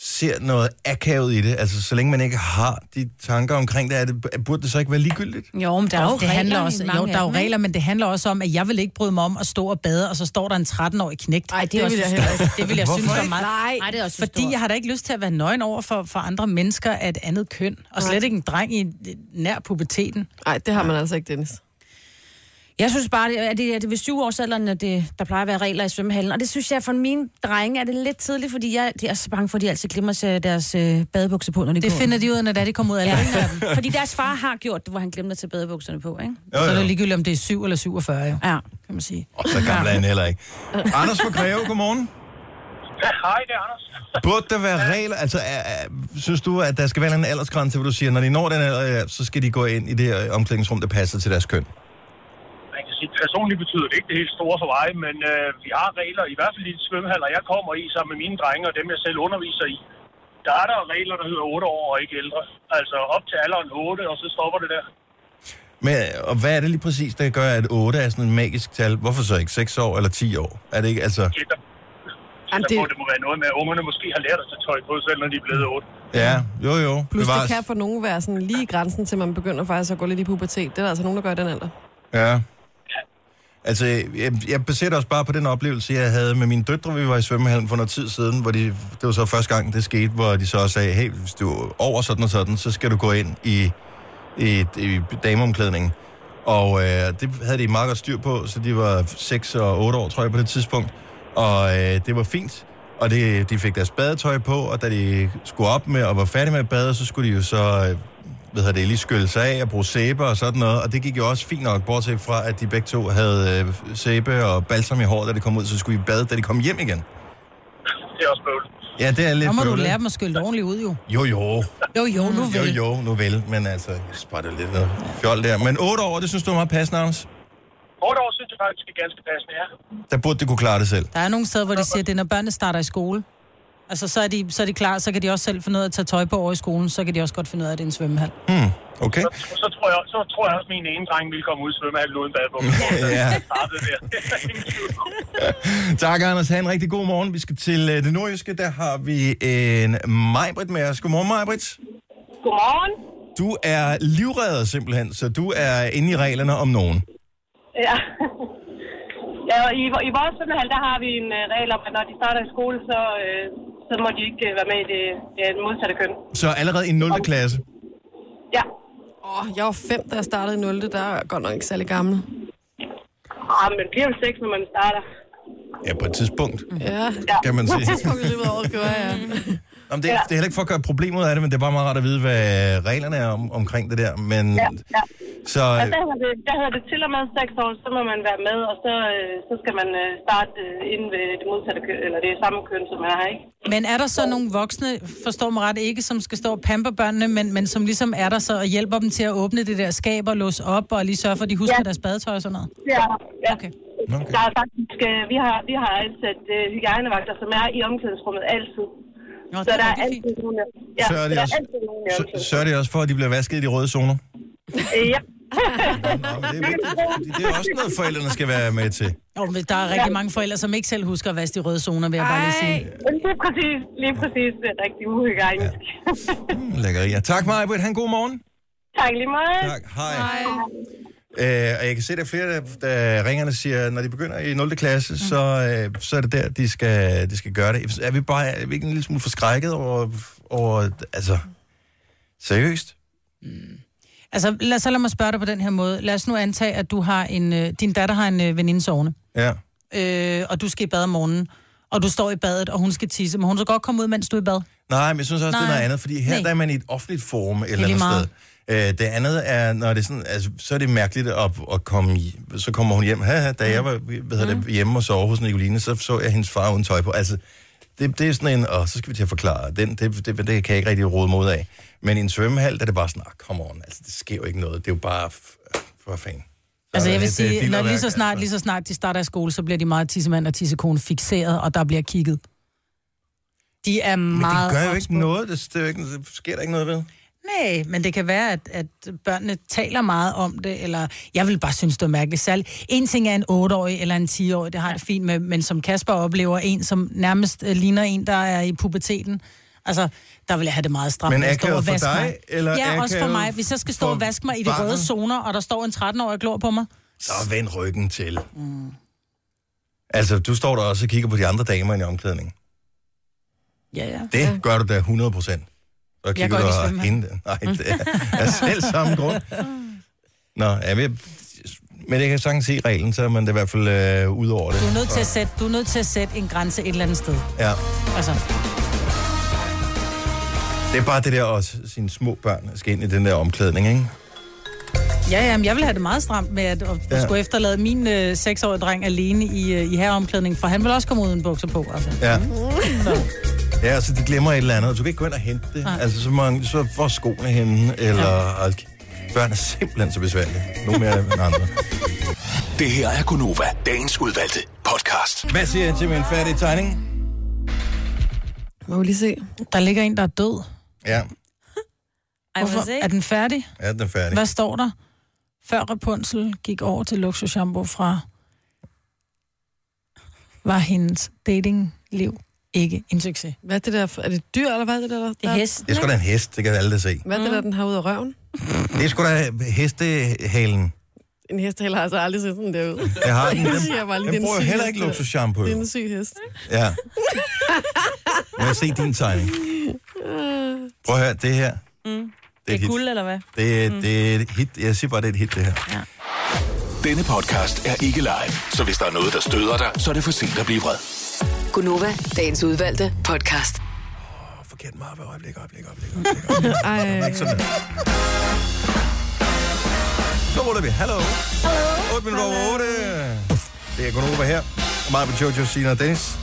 ser noget akavet i det, altså så længe man ikke har de tanker omkring det, er det burde det så ikke være ligegyldigt? Jo, men der er Der er jo jo det handler regler i også, mange jo, der er af jo dem, ikke? regler, men det handler også om, at jeg vil ikke bryde mig om at stå og bade, og så står der en 13-årig knægt. Ej, det er også vil jeg for stort. *laughs* heller ikke. Det vil jeg Hvorfor synes var ikke? meget. Nej. Nej, det er også for Fordi stort. jeg har da ikke lyst til at være nøgen over for, for andre mennesker af et andet køn. Og slet ikke en dreng i øh, nær puberteten. Nej, det har man altså ikke, Dennis. Jeg synes bare, det er, det, er det ved syvårsalderen, at det, der plejer at være regler i svømmehallen. Og det synes jeg, for mine drenge er det lidt tidligt, fordi jeg de er så bange for, at de altid glemmer at tage deres øh, badebukser på, når de Det går. finder de ud af, når det er, de kommer ud af ja. ja. Fordi deres far har gjort det, hvor han glemte at tage badebukserne på, ikke? Jo, Så er det jo jo. ligegyldigt, om det er 7 eller 47, jo, Ja. kan man sige. Og så gammel er han *laughs* heller ikke. Anders fra Greve, godmorgen. Ja, hej, det er Anders. Burde der være regler? Altså, er, er, synes du, at der skal være en eller anden aldersgrænse, hvor du siger, når de når den alder, ja, så skal de gå ind i det her omklædningsrum, der passer til deres køn? Man kan sige, personligt betyder det ikke det helt store for mig, men øh, vi har regler, i hvert fald i de svømmehaller, jeg kommer i sammen med mine drenge og dem, jeg selv underviser i. Der er der regler, der hedder 8 år og ikke ældre. Altså op til alderen 8, og så stopper det der. Men, og hvad er det lige præcis, der gør, at 8 er sådan et magisk tal? Hvorfor så ikke 6 år eller 10 år? Er det ikke, altså... Ja, der, Jamen, Jamen, det... det- På, det må være noget med, at ungerne måske har lært at tage tøj på, selv når de er blevet 8. Ja, jo jo. Plus det bevares. kan for nogen være sådan lige i grænsen til, man begynder faktisk at gå lidt i pubertet. Det er der altså nogen, der gør i den alder. Ja. Altså, jeg, jeg baserer også bare på den oplevelse, jeg havde med mine døtre, vi var i svømmehallen for noget tid siden, hvor de, det var så første gang, det skete, hvor de så også sagde, hey, hvis du er over sådan og sådan, så skal du gå ind i, i, i dameomklædningen. Og øh, det havde de meget godt styr på, så de var 6 og 8 år, tror jeg, på det tidspunkt. Og øh, det var fint, og det, de fik deres badetøj på, og da de skulle op med og var færdige med at bade, så skulle de jo så øh, hvad hedder det, lige skylle sig af og bruge sæbe og sådan noget. Og det gik jo også fint nok, bortset fra, at de begge to havde øh, sæbe og balsam i håret, da de kom ud, så skulle de bade, da de kom hjem igen. Det er også bøvlet. Ja, det er lidt Nu må du bøvlet. lære dem at skylle ordentligt ud, jo. Jo, jo. Jo, jo, nu Jo, vel. jo, nu vel. Men altså, jeg sprætter lidt noget fjol der. Men otte år, det synes du er meget passende, Anders? 8 år synes jeg faktisk er ganske passende, ja. Der burde det kunne klare det selv. Der er nogle steder, hvor de siger, at det er, når børnene starter i skole. Altså, så er, de, så er de klar, så kan de også selv finde ud af at tage tøj på over i skolen, så kan de også godt finde ud af, at det er en svømmehal. Hmm, okay. Så, så, tror jeg, så tror jeg også, at min ene dreng ville komme ud i svømmehallen uden badebukser. *laughs* Ja. Startede der. *laughs* Ingen tvivl om. Tak, Anders. Ha' en rigtig god morgen. Vi skal til øh, det nordjyske. Der har vi en Majbrit med os. Godmorgen, Majbrit. Godmorgen. Du er livredder simpelthen, så du er inde i reglerne om nogen. *laughs* Ja. ja og i, i vores svømmehal, der har vi en øh, regel om, at når de starter i skole, så, øh, så må de ikke øh, være med i det, det modsatte køn. Så allerede i 0. klasse. Ja. Åh, oh, jeg var fem, da jeg startede i 0. Der er jeg godt nok ikke særlig gammel. Ah, men bliver jo sex, når man starter. Ja, på et tidspunkt, Ja, kan man sige. tidspunktet rippede over, gør jeg. Om det, er, det er heller ikke for at gøre problemer ud af det, men det er bare meget rart at vide, hvad reglerne er om, omkring det der. Men ja, ja. Altså, så... øh, Og der hedder, det, der hedder det til og med 6 år, så må man være med, og så, øh, så skal man øh, starte øh, inden ved det modsatte køn, eller det samme køn, som man har, ikke? Men er der så nogle voksne, forstår mig ret, ikke som skal stå og pampe børnene, men, men som ligesom er der så og hjælper dem til at åbne det der skab og låse op og lige sørge for, at de husker ja. Ja. deres badetøj og sådan noget? Ja. ja. Okay. Okay. Der er faktisk, øh, vi har, vi har ansat øh, hygiejnevagter, som er i omklædningsrummet altid. Nå, Så der er rigtig altid nogen, der- ja, Så er det der også- er altid nogen i Så, så omklædningsrummet. er det også for, at de bliver vasket i de røde zoner. Øh, Ja. Nå, men det, er, vigtigt. det er også noget, forældrene skal være med til. Jo, men der er rigtig mange forældre, som ikke selv husker at vaske de røde zoner, vil jeg bare lige sige. Men Lige præcis, lige præcis. *laughs* Det er rigtig uhygiejnisk. Ja. Mm, Lækkerier. Tak, Majbrit. Han god morgen. tak lige meget. Tak. Hej. Øh, og jeg kan se, at der er flere, der, der ringerne siger, når de begynder i 0. klasse, mm. så, øh, så er det der, de skal, de skal gøre det. Er vi bare er vi ikke en lille smule forskrækket over, over altså, seriøst? Altså, lad, så lad mig spørge dig på den her måde. Lad os nu antage, at du har en, øh, din datter har en øh, veninde sovende, Ja. øh, og du skal i bad om morgenen, og du står i badet, og hun skal tisse. Må hun så godt komme ud, mens du er i bad? Nej, men jeg synes også, Nej. det er Nej. noget andet, fordi her Nej. der er man i et offentligt forum et eller lige andet sted. meget. Øh, det andet er, når det er sådan, altså, så er det mærkeligt at, at komme, i- så kommer hun hjem. Haha, da jeg var Mm. hvad hedder det, hjemme og sove hos Nicoline, så så jeg hendes far uden tøj på. Altså, det, det er sådan en, og så skal vi til at forklare, den, det, det, det kan jeg ikke rigtig råde mod af. Men i en svømmehal, der er det bare sådan, ah, come on, altså, det sker jo ikke noget. Det er jo bare, f- øh, for fanden. Altså, jeg vil det- det er sige, din når og lige, værk, så altså. snart, lige så snart de starter i skole, så bliver de meget tissemand og tissekone fixeret, og der bliver kigget. De er meget... Men det gør jo ops ikke på- noget. Det, det, er jo ikke, det sker der ikke noget ved. Nej, men det kan være, at, at børnene taler meget om det, eller jeg vil bare synes, det er mærkeligt. Særligt, en ting er en 8-årig eller en 10-årig, det har jeg det fint med, men som Kasper oplever, en som nærmest øh, ligner en, der er i puberteten. Altså, der vil jeg have det meget stramt. Men at jeg står akavet og for vasker dig, mig. eller Ja, også for akavet mig. Hvis jeg skal stå for og vaske mig i de barnet? røde zoner, og der står en 13-årig og glor på mig. Så vend ryggen til. Mm. Altså, du står der også og kigger på de andre damer i omklædningen. Ja, ja. Det ja. gør du da 100 procent. Så Jeg kigger går du ikke i og svømmehallen. hende. Nej, det er, er selv samme grund. *laughs* Nå, jeg ved, men jeg kan sagtens se reglen, så er man da i hvert fald øh, ud over det. Du er, nødt til at Og- sætte, du er nødt til at sætte en grænse et eller andet sted. Ja, Altså, det er bare det der også, sine små børn skal ind i den der omklædning, ikke? ja, ja, men jeg vil have det meget stramt med at, at Ja. ja. skulle efterlade min øh, 6-årige dreng alene i, øh, i herreomklædning, for han vil også komme uden bukser på, altså. Ja. Så. Ja, altså, de glemmer et eller andet, og du kan ikke gå ind og hente det. Mm. Nej. Altså, så, mange, så hvor er skoene henne, eller... Ja. Børn er simpelthen så besværlige. Nogle mere end andre. Det her er Gunova, dagens udvalgte podcast. Hvad siger jeg til min færdige tegning? Mm. Må vi lige se. Der ligger en, der er død. Ja, Ej, Hvorfor? Er den færdig? ja den er færdig. Hvad står der? Før Rapunzel gik over til luksusshampoo fra... Var hendes datingliv ikke en succes? Hvad er det der? for- Er det et dyr, eller hvad er det der? der det er hesten, Det er sgu da en hest, det kan alle da se. Hvad er det der, den har ud af røven? Det er sgu da hestehalen. En hest heller har altså aldrig set sådan der ud. Jeg har den. *laughs* Det siger jeg bare lige, Den, den det er en bruger syg heller hest, ikke det der. luksusshampoo. Det er en syg hest. Ja. Må jeg se din tegning? Prøv at høre, det her. Mm. Det er Det er hit. guld, eller hvad? Det, mm. det er et hit. Jeg siger bare, det er et hit, det her. Ja. Denne podcast er ikke live, så hvis der er noget, der støder dig, så er det for sent at blive vred. Gunova, dagens udvalgte podcast. *laughs* Ej. Ikke sådan der. Så ruller vi. Hallo. Hallo. 8 minutter over 8. Det er Gunova her. Og mig med Jojo, Sina og Dennis.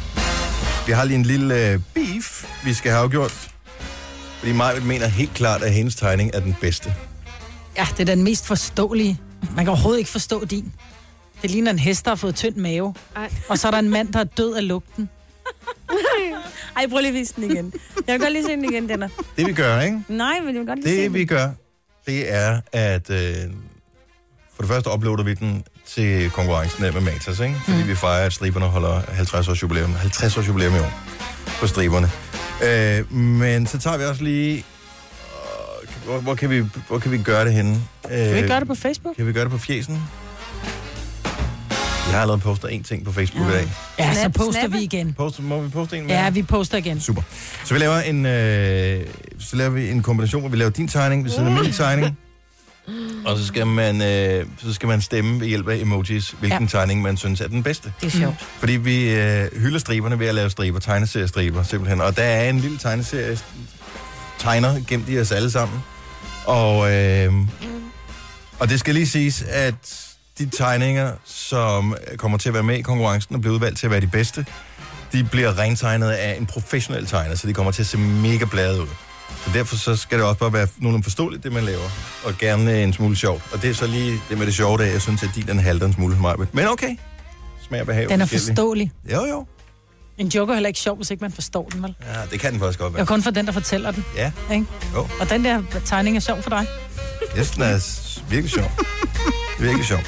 Vi har lige en lille øh, beef, vi skal have afgjort. Fordi Maja mener helt klart, at hendes tegning er den bedste. Ja, det er den mest forståelige. Man kan overhovedet ikke forstå din. Det ligner en hest, der har fået tynd mave. Ej. Og så er der en mand, der er død af lugten. *laughs* Ej, prøv lige at vise den igen. Jeg vil godt lige se den igen, Denner. Det vi gør, ikke? Nej, men jeg vil godt lige se Det den. vi gør, det er, at øh, for det første uploader vi den til konkurrencen her med Matas, ikke? Fordi mm. vi fejrer, at striberne holder 50 års jubilæum, 50 års jubilæum i år på striberne. Øh, men så tager vi også lige... øh, Hvor, hvor, kan, vi, hvor kan vi gøre det henne? Øh, Kan vi gøre det på Facebook? Kan vi gøre det på fjesen? Jeg har allerede postet en ting på Facebook ja. i dag. Ja, så poster vi igen. Poster, må vi poste en mere? Ja, vi poster igen. Super. Så vi laver en, øh, så laver vi en kombination, hvor vi laver din tegning ved siden af Mm. min *laughs* tegning. Og så skal man, øh, så skal man stemme ved hjælp af emojis, hvilken ja. tegning man synes er den bedste. Det er sjovt. Fordi vi øh, hylder striberne ved at lave striber, tegneseriestriber simpelthen. Og der er en lille tegneserie tegner gemt i os alle sammen. Og, øh, og det skal lige siges, at de tegninger, som kommer til at være med i konkurrencen og bliver udvalgt til at være de bedste, de bliver rentegnet af en professionel tegner, så de kommer til at se mega blade ud. Så derfor så skal det også bare være nogenlunde forståeligt, det man laver, og gerne en smule sjovt. Og det er så lige det med det sjove, der jeg synes, at din den halter en smule for mig. Men okay, smag og behag. Den er forskellig. forståelig. Jo, jo. En joke er heller ikke sjov, hvis ikke man forstår den, vel? Ja, det kan den faktisk godt Jeg er være. kun for den, der fortæller den. Ja, Ikke? Jo. Og den der tegning er sjov for dig. jeg synes, den er s- altså, virkelig sjov. Virkelig sjov.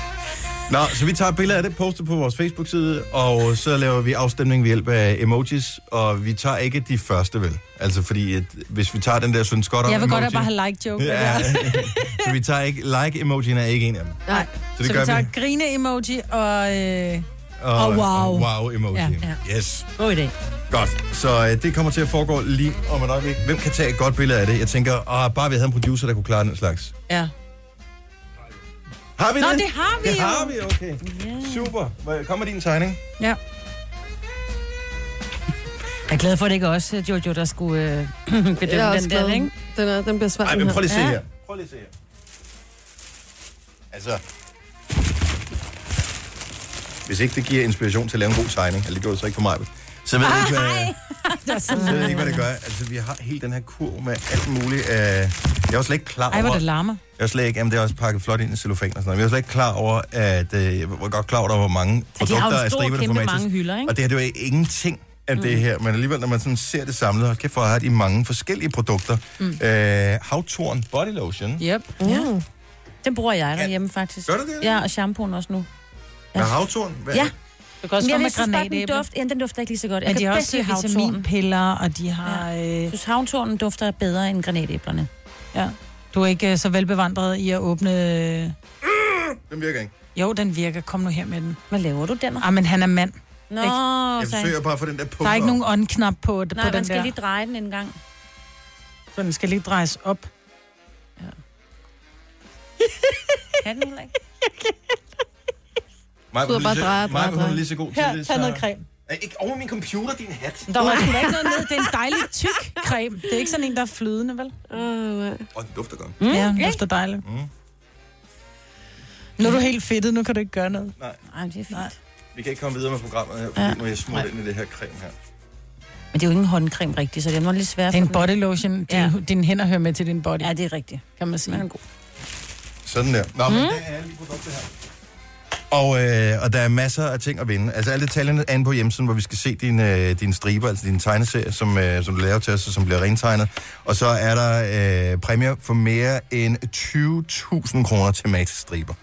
Nå, så vi tager et billede af det, poster på vores Facebook-side, og så laver vi afstemning ved hjælp af emojis, og vi tager ikke de første, vel? Altså, fordi at, hvis vi tager den der synes godt om Jeg vil godt emoji- have bare have like-joke. Ja, *laughs* så vi tager ikke... Like-emojien er ikke en af dem. Nej. Så Så, det så gør vi tager vi. grine-emoji og... Øh... Og wow. wow-emoji. Ja, ja. Yes. God idé. Godt. Så øh, det kommer til at foregå lige om et øjeblik. Hvem kan tage et godt billede af det? Jeg tænker, åh, bare vi havde en producer, der kunne klare den slags. Ja. Har vi Nå, det? det har vi Det jo. har vi, okay. Super. Må- Kom med din tegning. Ja. Jeg er glad for, at det ikke er os, Jojo, der skulle øh, *clears throat* Jeg er bedømme også den der, glad. ikke? Den, er, den bliver svært. Ej, den men prøv lige at se Ja. her. Prøv lige at se her. Altså... Hvis ikke det giver inspiration til at lave en god tegning, eller det gjorde det så ikke for mig, så Så ved jeg ikke, hvad... Det er så *laughs* Så ved jeg ikke, hvad det gør. Altså, vi har hele den her kurv med alt muligt. Øh, jeg var slet ikke klar over... Ej, hvor det larmer. Jeg var slet ikke... Jamen, det er også pakket flot ind i cellofan og sådan noget. Men jeg var slet ikke klar over, at... Øh, jeg var godt klar over, hvor mange Ja, de har jo produkter en er stor, stribet kæmpe format. mange hylder, ikke? Mm. Og det her, det var ingenting af det her. Men alligevel, når man sådan ser det samlet, hold kæft for at have de mange forskellige produkter. Mm. Øh, havtorn Body Lotion. Yep. Uh. Ja. Den bruger jeg derhjemme, faktisk. Gør du det? Ja, og shampooen også nu. Med havtorn? Hvad? Ja. Du kan også Men komme jeg med synes bare, den, granatæble. duft, ja, den dufter ikke lige så godt. Men jeg de kan har bedst også lide havtornen. vitaminpiller, og de har... Jeg Øh, synes, havtornen dufter bedre end granatæblerne. ja. Du er ikke øh, så velbevandret i at åbne... Øh... Den virker ikke. Jo, den virker. Kom nu her med den. Hvad laver du den? Ah, men han er mand. Nå, ikke. Jeg sagde han. forsøger bare at få den der punkt Der er ikke op. nogen åndknap på, på Nej, den man skal der. lige dreje den en gang. Så den skal lige drejes op. Kan den heller ikke? Maja, hun Sidder er bare lige så- drejer, drejer, Maja, hun er drejer. lige så god til Her, det, tag så- noget creme. Ej, Ikke over min computer, din hat. Der var sgu da ikke noget ned. Det er en *laughs* dejlig tyk creme. Det er ikke sådan en, der er flydende, vel? Uh, Åh, oh, den dufter godt. Mm, ja, den dufter dejligt. Mm. Nu er du helt fedtet, nu kan du ikke gøre noget. Nej, det er fint. Nej. Vi kan ikke komme videre med programmet her, fordi ja. nu er jeg smurt ind i det her creme her. Men det er jo ingen håndcreme rigtig, så det er lidt svært. Det er en body lotion. Din, Ja. ja. dine hænder hører med til din body, Ja, ja. det er rigtigt. kan man sige. Den er god. Sådan der. Nå, mm. men det er alle de produkter her. Og, øh, og der er masser af ting at vinde. Altså alle detaljerne er inde på hjemmesiden, hvor vi skal se dine, øh, dine striber, altså dine tegneserier, som, øh, som du laver til os, og som bliver rentegnet. Og så er der øh, præmier for mere end 20.000 kroner til matstriber.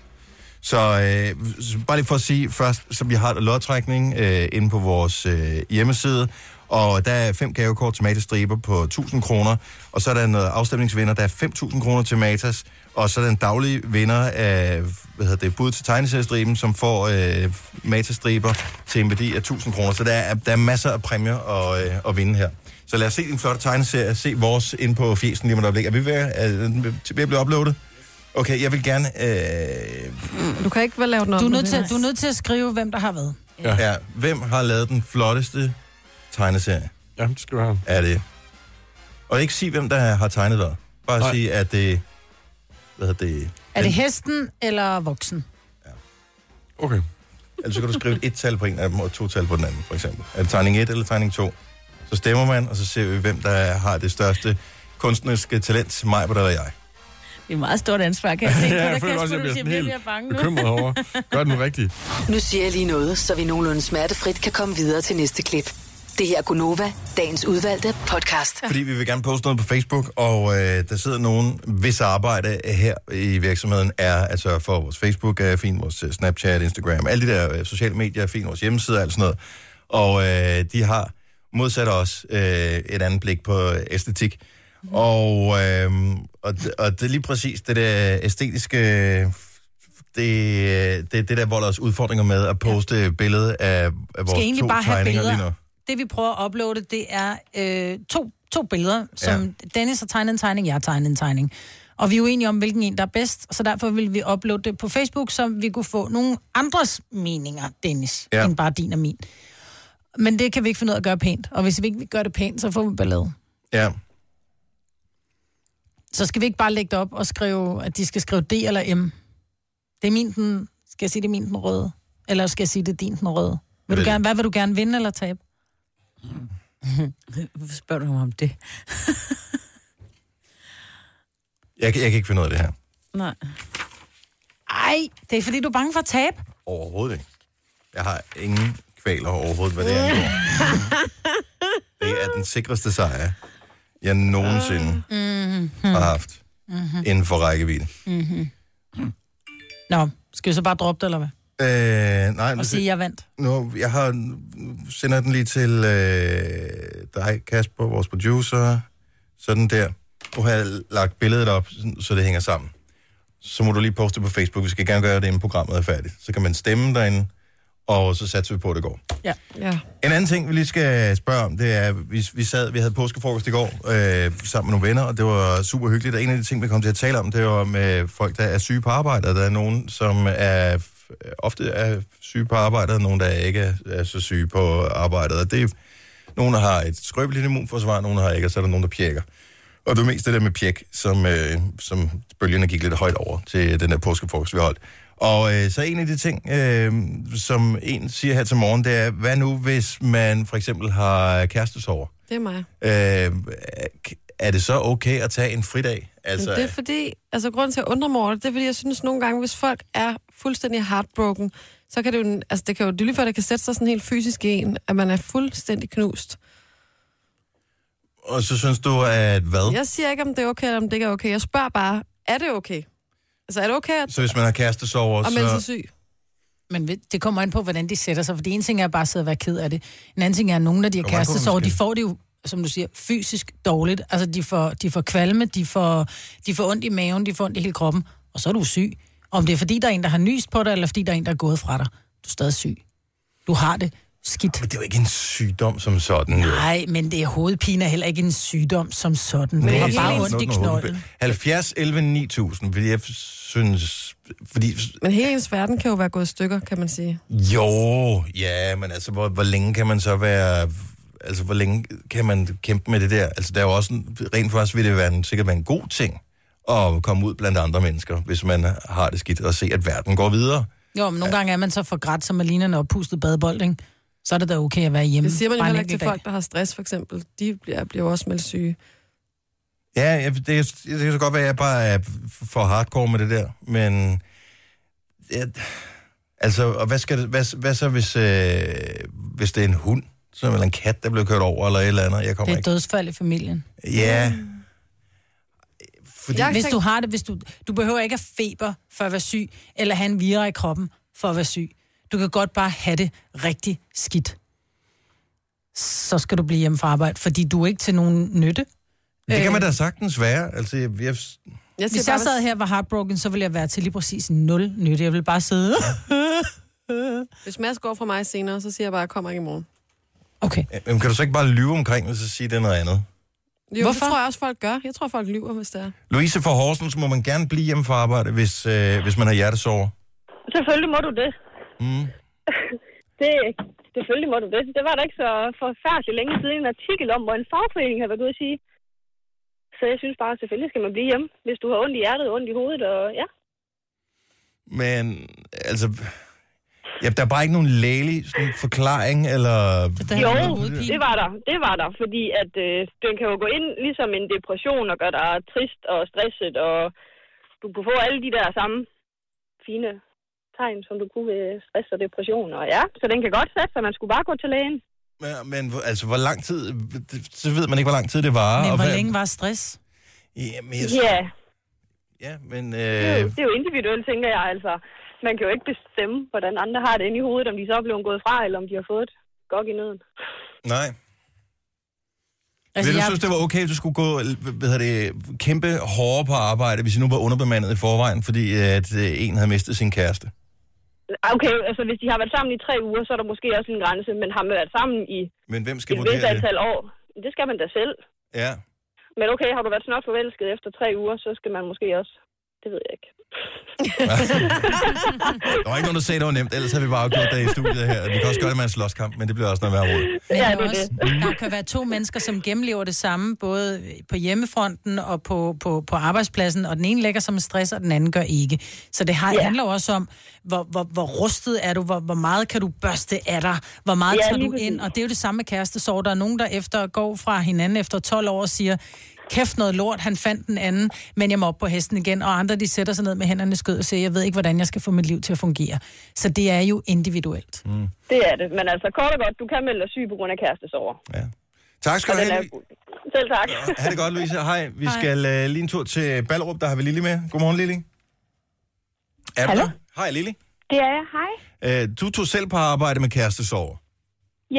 Så øh, så bare lige for at sige først, så vi har lodtrækning øh, inde på vores øh, hjemmeside, og der er fem gavekort til Matas striber på 1000 kroner, og så er der en øh, afstemningsvinder, der er 5.000 kroner til Matas, og så er der en daglig vinder af, hvad hedder det, bud til tegneseriestriben, som får øh, Matas striber til en værdi af 1000 kroner. Så der er, der er masser af præmier at, øh, at vinde her. Så lad os se din flotte tegneserie, se vores ind på fjesen lige om et øjeblik. Er vi ved, at- er den ved at blive uploadet? Okay, jeg vil gerne... Øh, du kan ikke vel lave den om. Du er, nødt til, du er nødt til at skrive, hvem der har været. Ja, hvem har lavet den flotteste tegneserie? Ja, det skal du have. Er det... Og ikke sige, hvem der har tegnet dig. Bare Nej. sige, at det... Hvad hedder det? Er det den- hesten eller voksen? Okay. Ellers så kan du skrive et tal på en af dem, og to tal på den anden, for eksempel. Er det tegning 1 eller tegning 2? Så stemmer man, og så ser vi, hvem der har det største kunstneriske talent, mig eller jeg. Det er et meget stort *laughs* ansvar, kan jeg se. Ja, jeg føler også, jeg bliver sådan helt bekymret *laughs* over. Gør den rigtigt. Nu siger jeg lige noget, så vi nogenlunde smertefrit kan komme videre til næste klip. Det her er Gunova, dagens udvalgte podcast. Fordi vi vil gerne poste noget på Facebook, og øh, der sidder nogen, hvis arbejde her i virksomheden er at sørge for, at vores Facebook er fin, vores øh, Snapchat, Instagram, alle de der øh, sociale medier er fin, vores hjemmeside og alt sådan noget. Og øh, de har modsat os øh, et andet blik på æstetik. Og, øh, og, d- og det er lige præcis det der æstetiske, det er det, det, der volder os udfordringer med at poste ja. billede af, af vores skal egentlig to bare have tegninger lige nu. billeder. Det vi prøver at uploade, det er øh, to, to billeder, som ja. Dennis har tegnet en tegning, jeg har tegnet en tegning. Og vi er uenige om, hvilken en, der er bedst, så derfor vil vi uploade det på Facebook, så vi kunne få nogle andres meninger, Dennis, Ja. ja. end bare din og min. Men det kan vi ikke finde ud af at gøre pænt. Og hvis vi ikke gør det pænt, så får vi ballade. Ja. Så skal vi ikke bare lægge det op og skrive, at de skal skrive D eller M. Det er min den, skal jeg sige, det er min den røde? Eller skal jeg sige, det er din den røde? Vil Vælg. du gerne, hvad vil du gerne vinde eller tabe? *laughs* Hvorfor spørger du ham om det? Jeg, kan- jeg kan ikke finde ud af det her. Nej. Ej, det er fordi, du er bange for at tabe. Overhovedet ikke. Jeg har ingen kvaler overhovedet, hvad det er. det er den sikreste sejr, jeg nogensinde Mm-hmm, har haft inden for rækkevidde. mm-hmm. Nå, skal vi så bare droppe det, eller hvad? Øh, nej, Og nu, sige, jeg vandt. nu, jeg har, nu sender den lige til øh, dig, Kasper, vores producer. Sådan der. Du har lagt billedet op, sådan- så det hænger sammen. Så må du lige poste det på Facebook. Vi skal gerne gøre det, inden programmet er færdigt. Så kan man stemme derinde, og så satser vi på, at det går. Mm. Ja. En anden ting, vi lige skal spørge om, det er, vi, vi sad, vi havde påskefrokost i går øh, sammen med nogle venner, og det var super hyggeligt. Og en af de ting, vi kom til at tale om, det var med folk, der er syge på arbejde, og der er nogen, som er f- ofte er syge på arbejde, og nogen, der ikke er, er så syge på arbejdet. Og det er, nogen der har et skrøbeligt immunforsvar, nogen der har ikke, og så er der nogen, der pjekker. Og det var mest det der med pjek, som, øh, som bølgerne gik lidt højt over til den der påskefrokost, vi holdt. Og øh, så en af de ting, øh, som en siger her til morgen, det er, hvad nu hvis man for eksempel har kærestesover? Det er mig. Øh, er det så okay at tage en fridag? Altså, Altså, det er fordi, altså grunden til at undre mig over det, det er fordi, jeg synes nogle gange, hvis folk er fuldstændig heartbroken, så kan det jo, altså det kan jo, det er lige før, det kan sætte sig sådan helt fysisk i en, at man er fuldstændig knust. og så synes du, at hvad? Jeg siger ikke, om det er okay, eller om det ikke er okay. Jeg spørger bare, er det okay? Altså er det okay, at Så hvis man har kærestesover, og melde sig så... syg? Men ved- det kommer an på, hvordan de sætter sig. For det ene ting er bare at sidde og være ked af det. En anden ting er, at nogen, når de har Kommer an på, kæreste, så hvem de skal- får det jo som du siger, fysisk dårligt. Altså, de får, de får kvalme, de får, de får ondt i maven, de får ondt i hele kroppen, og så er du syg. Om det er, fordi der er en, der har nyst på dig, eller fordi der er en, der er gået fra dig. Du er stadig syg. Du har det skidt. Men det er jo ikke en sygdom som sådan. jo. Nej, men det er hovedpine er heller ikke en sygdom som sådan. Nej, Du har det er bare ikke ondt sådan i noget med knolden. hovedpine. 70, 11, 9000, fordi jeg synes... Fordi, Men hele ens verden kan jo være gået i stykker, kan man sige. jo, ja, men altså, hvor, hvor længe kan man så være... Altså, hvor længe kan man kæmpe med det der? Altså, der er jo også... En, rent faktisk vil det være en, sikkert være en god ting at komme ud blandt andre mennesker, hvis man har det skidt, og se, at verden går videre. Jo, men nogle gange er man så for grædt, som man ligner en oppustet badebold, ikke? Så er det da okay at være hjemme. Det siger man jo bare en heller ikke til enkelt dag. folk, der har stress for eksempel. De bliver, bliver jo også meldt syge. Ja, jeg, det, det kan så godt være, at jeg bare er for hardcore med det der, men... Jeg, altså, og hvad, skal det, hvad, hvad så, hvis, øh, hvis det er en hund? Så er det vel en kat, der blev kørt over, eller et eller andet. Jeg kommer Det er et dødsfald i familien. ikke. Ja. Fordi, Jeg- jeg... Hvis tænkt- du har det, hvis du, du behøver ikke at feber for at være syg, eller have en vira i kroppen for at være syg. Du kan godt bare have det rigtig skidt. Så skal du blive hjemme fra arbejde, fordi du er ikke til nogen nytte. Det Øh. kan man da sagtens være. Altså, jeg, jeg, Jeg siger Hvis jeg bare, sad her og var heartbroken, så ville jeg være til lige præcis nul nytte. Jeg ville bare sidde... *laughs* *laughs* Hvis Mads går fra mig senere, så siger jeg bare, jeg kommer ikke i morgen. Okay. jamen, kan du så ikke bare lyve omkring det, og så sige, det er noget andet? Jo, Hvorfor? Hvorfor? det tror jeg også, folk gør. Jeg tror, folk lyver, hvis det er. Louise fra Horsens må man gerne blive hjemme fra arbejde, hvis, øh, hvis man har hjertesover. Selvfølgelig må du det. Mm. *laughs* det. Selvfølgelig må du det. Det var da ikke så forfærdeligt længe siden en artikel om, hvor en fagforening havde været ude at sige. Så jeg synes bare, selvfølgelig skal man blive hjemme, hvis du har ondt i hjertet, ondt i hovedet, og ja. Men, altså... Ja, der er bare ikke nogen lægelig sådan, forklaring, eller... Jo, hovedpine. det var der. Det var der, fordi at øh, den kan jo gå ind ligesom en depression og gøre dig trist og stresset, og du kunne få alle de der samme fine tegn, som du kunne ved stress og depression. Og ja, så den kan godt sætte sig. Man skulle bare gå til lægen. Ja, men hvor- altså, hvor lang tid... Så ved man ikke, hvor lang tid det varer. Men og hvor hvad- længe var stress? Jamen, jeg... Ja, Ja, men... det er, jo, Øh, det er jo individuelt, tænker jeg altså. Man kan jo ikke bestemme, hvordan andre har det inde i hovedet, om de så er blevet gået fra, eller om de har fået et gok i nøden. nej. Altså, Altså, Vil du jeg- synes, det var okay, at du skulle gå hvad hedder det, kæmpe hårdere på arbejde, hvis I nu var underbemandet i forvejen, fordi at øh, en havde mistet sin kæreste? Okay, altså hvis de har været sammen i tre uger, så er der måske også en grænse, men har man været sammen i Men hvem skal et vist vurdere det? antal år, det skal man da selv. Ja. Men okay, har du været snart forelsket efter tre uger, så skal man måske også... Det ved jeg ikke. Der var ikke nogen, der sagde, det var nemt, ellers havde vi bare gjort det i studiet her. Vi kan også gøre det med en slåskamp, men det bliver også noget værre råd. Men Ja, ja, det er også, der kan være to mennesker, som gennemlever det samme, både på hjemmefronten og på, på, på arbejdspladsen, og den ene lægger sig med stress, og den anden gør ikke. Så det har, Ja. yeah. handler jo også om, hvor, hvor, hvor rustet er du, hvor, hvor meget kan du børste af dig, hvor meget Ja, ja, tager lige du ind, præcis. og det er jo det samme med kærestesorg. Der er nogen, der efter går fra hinanden efter 12 år og siger, kæft noget lort, han fandt den anden, men jeg må op på hesten igen, og andre de sætter sig ned med hænderne i skød og siger, jeg ved ikke, hvordan jeg skal få mit liv til at fungere. Så det er jo individuelt. Mm. Det er det. Men altså, kort og godt, du kan melde dig syg på grund af kærestesover. Ja. Tak skal Og du den have. er... Selv tak. Ha' det godt, Louise. Hej. Vi Hej. skal uh, lige en tur til Ballerup. Der har vi Lili med. Godmorgen, Lili. Er du Hallo? der? Hej, Lili. Det er jeg. Hej. Uh, du tog selv på arbejde med kærestesover.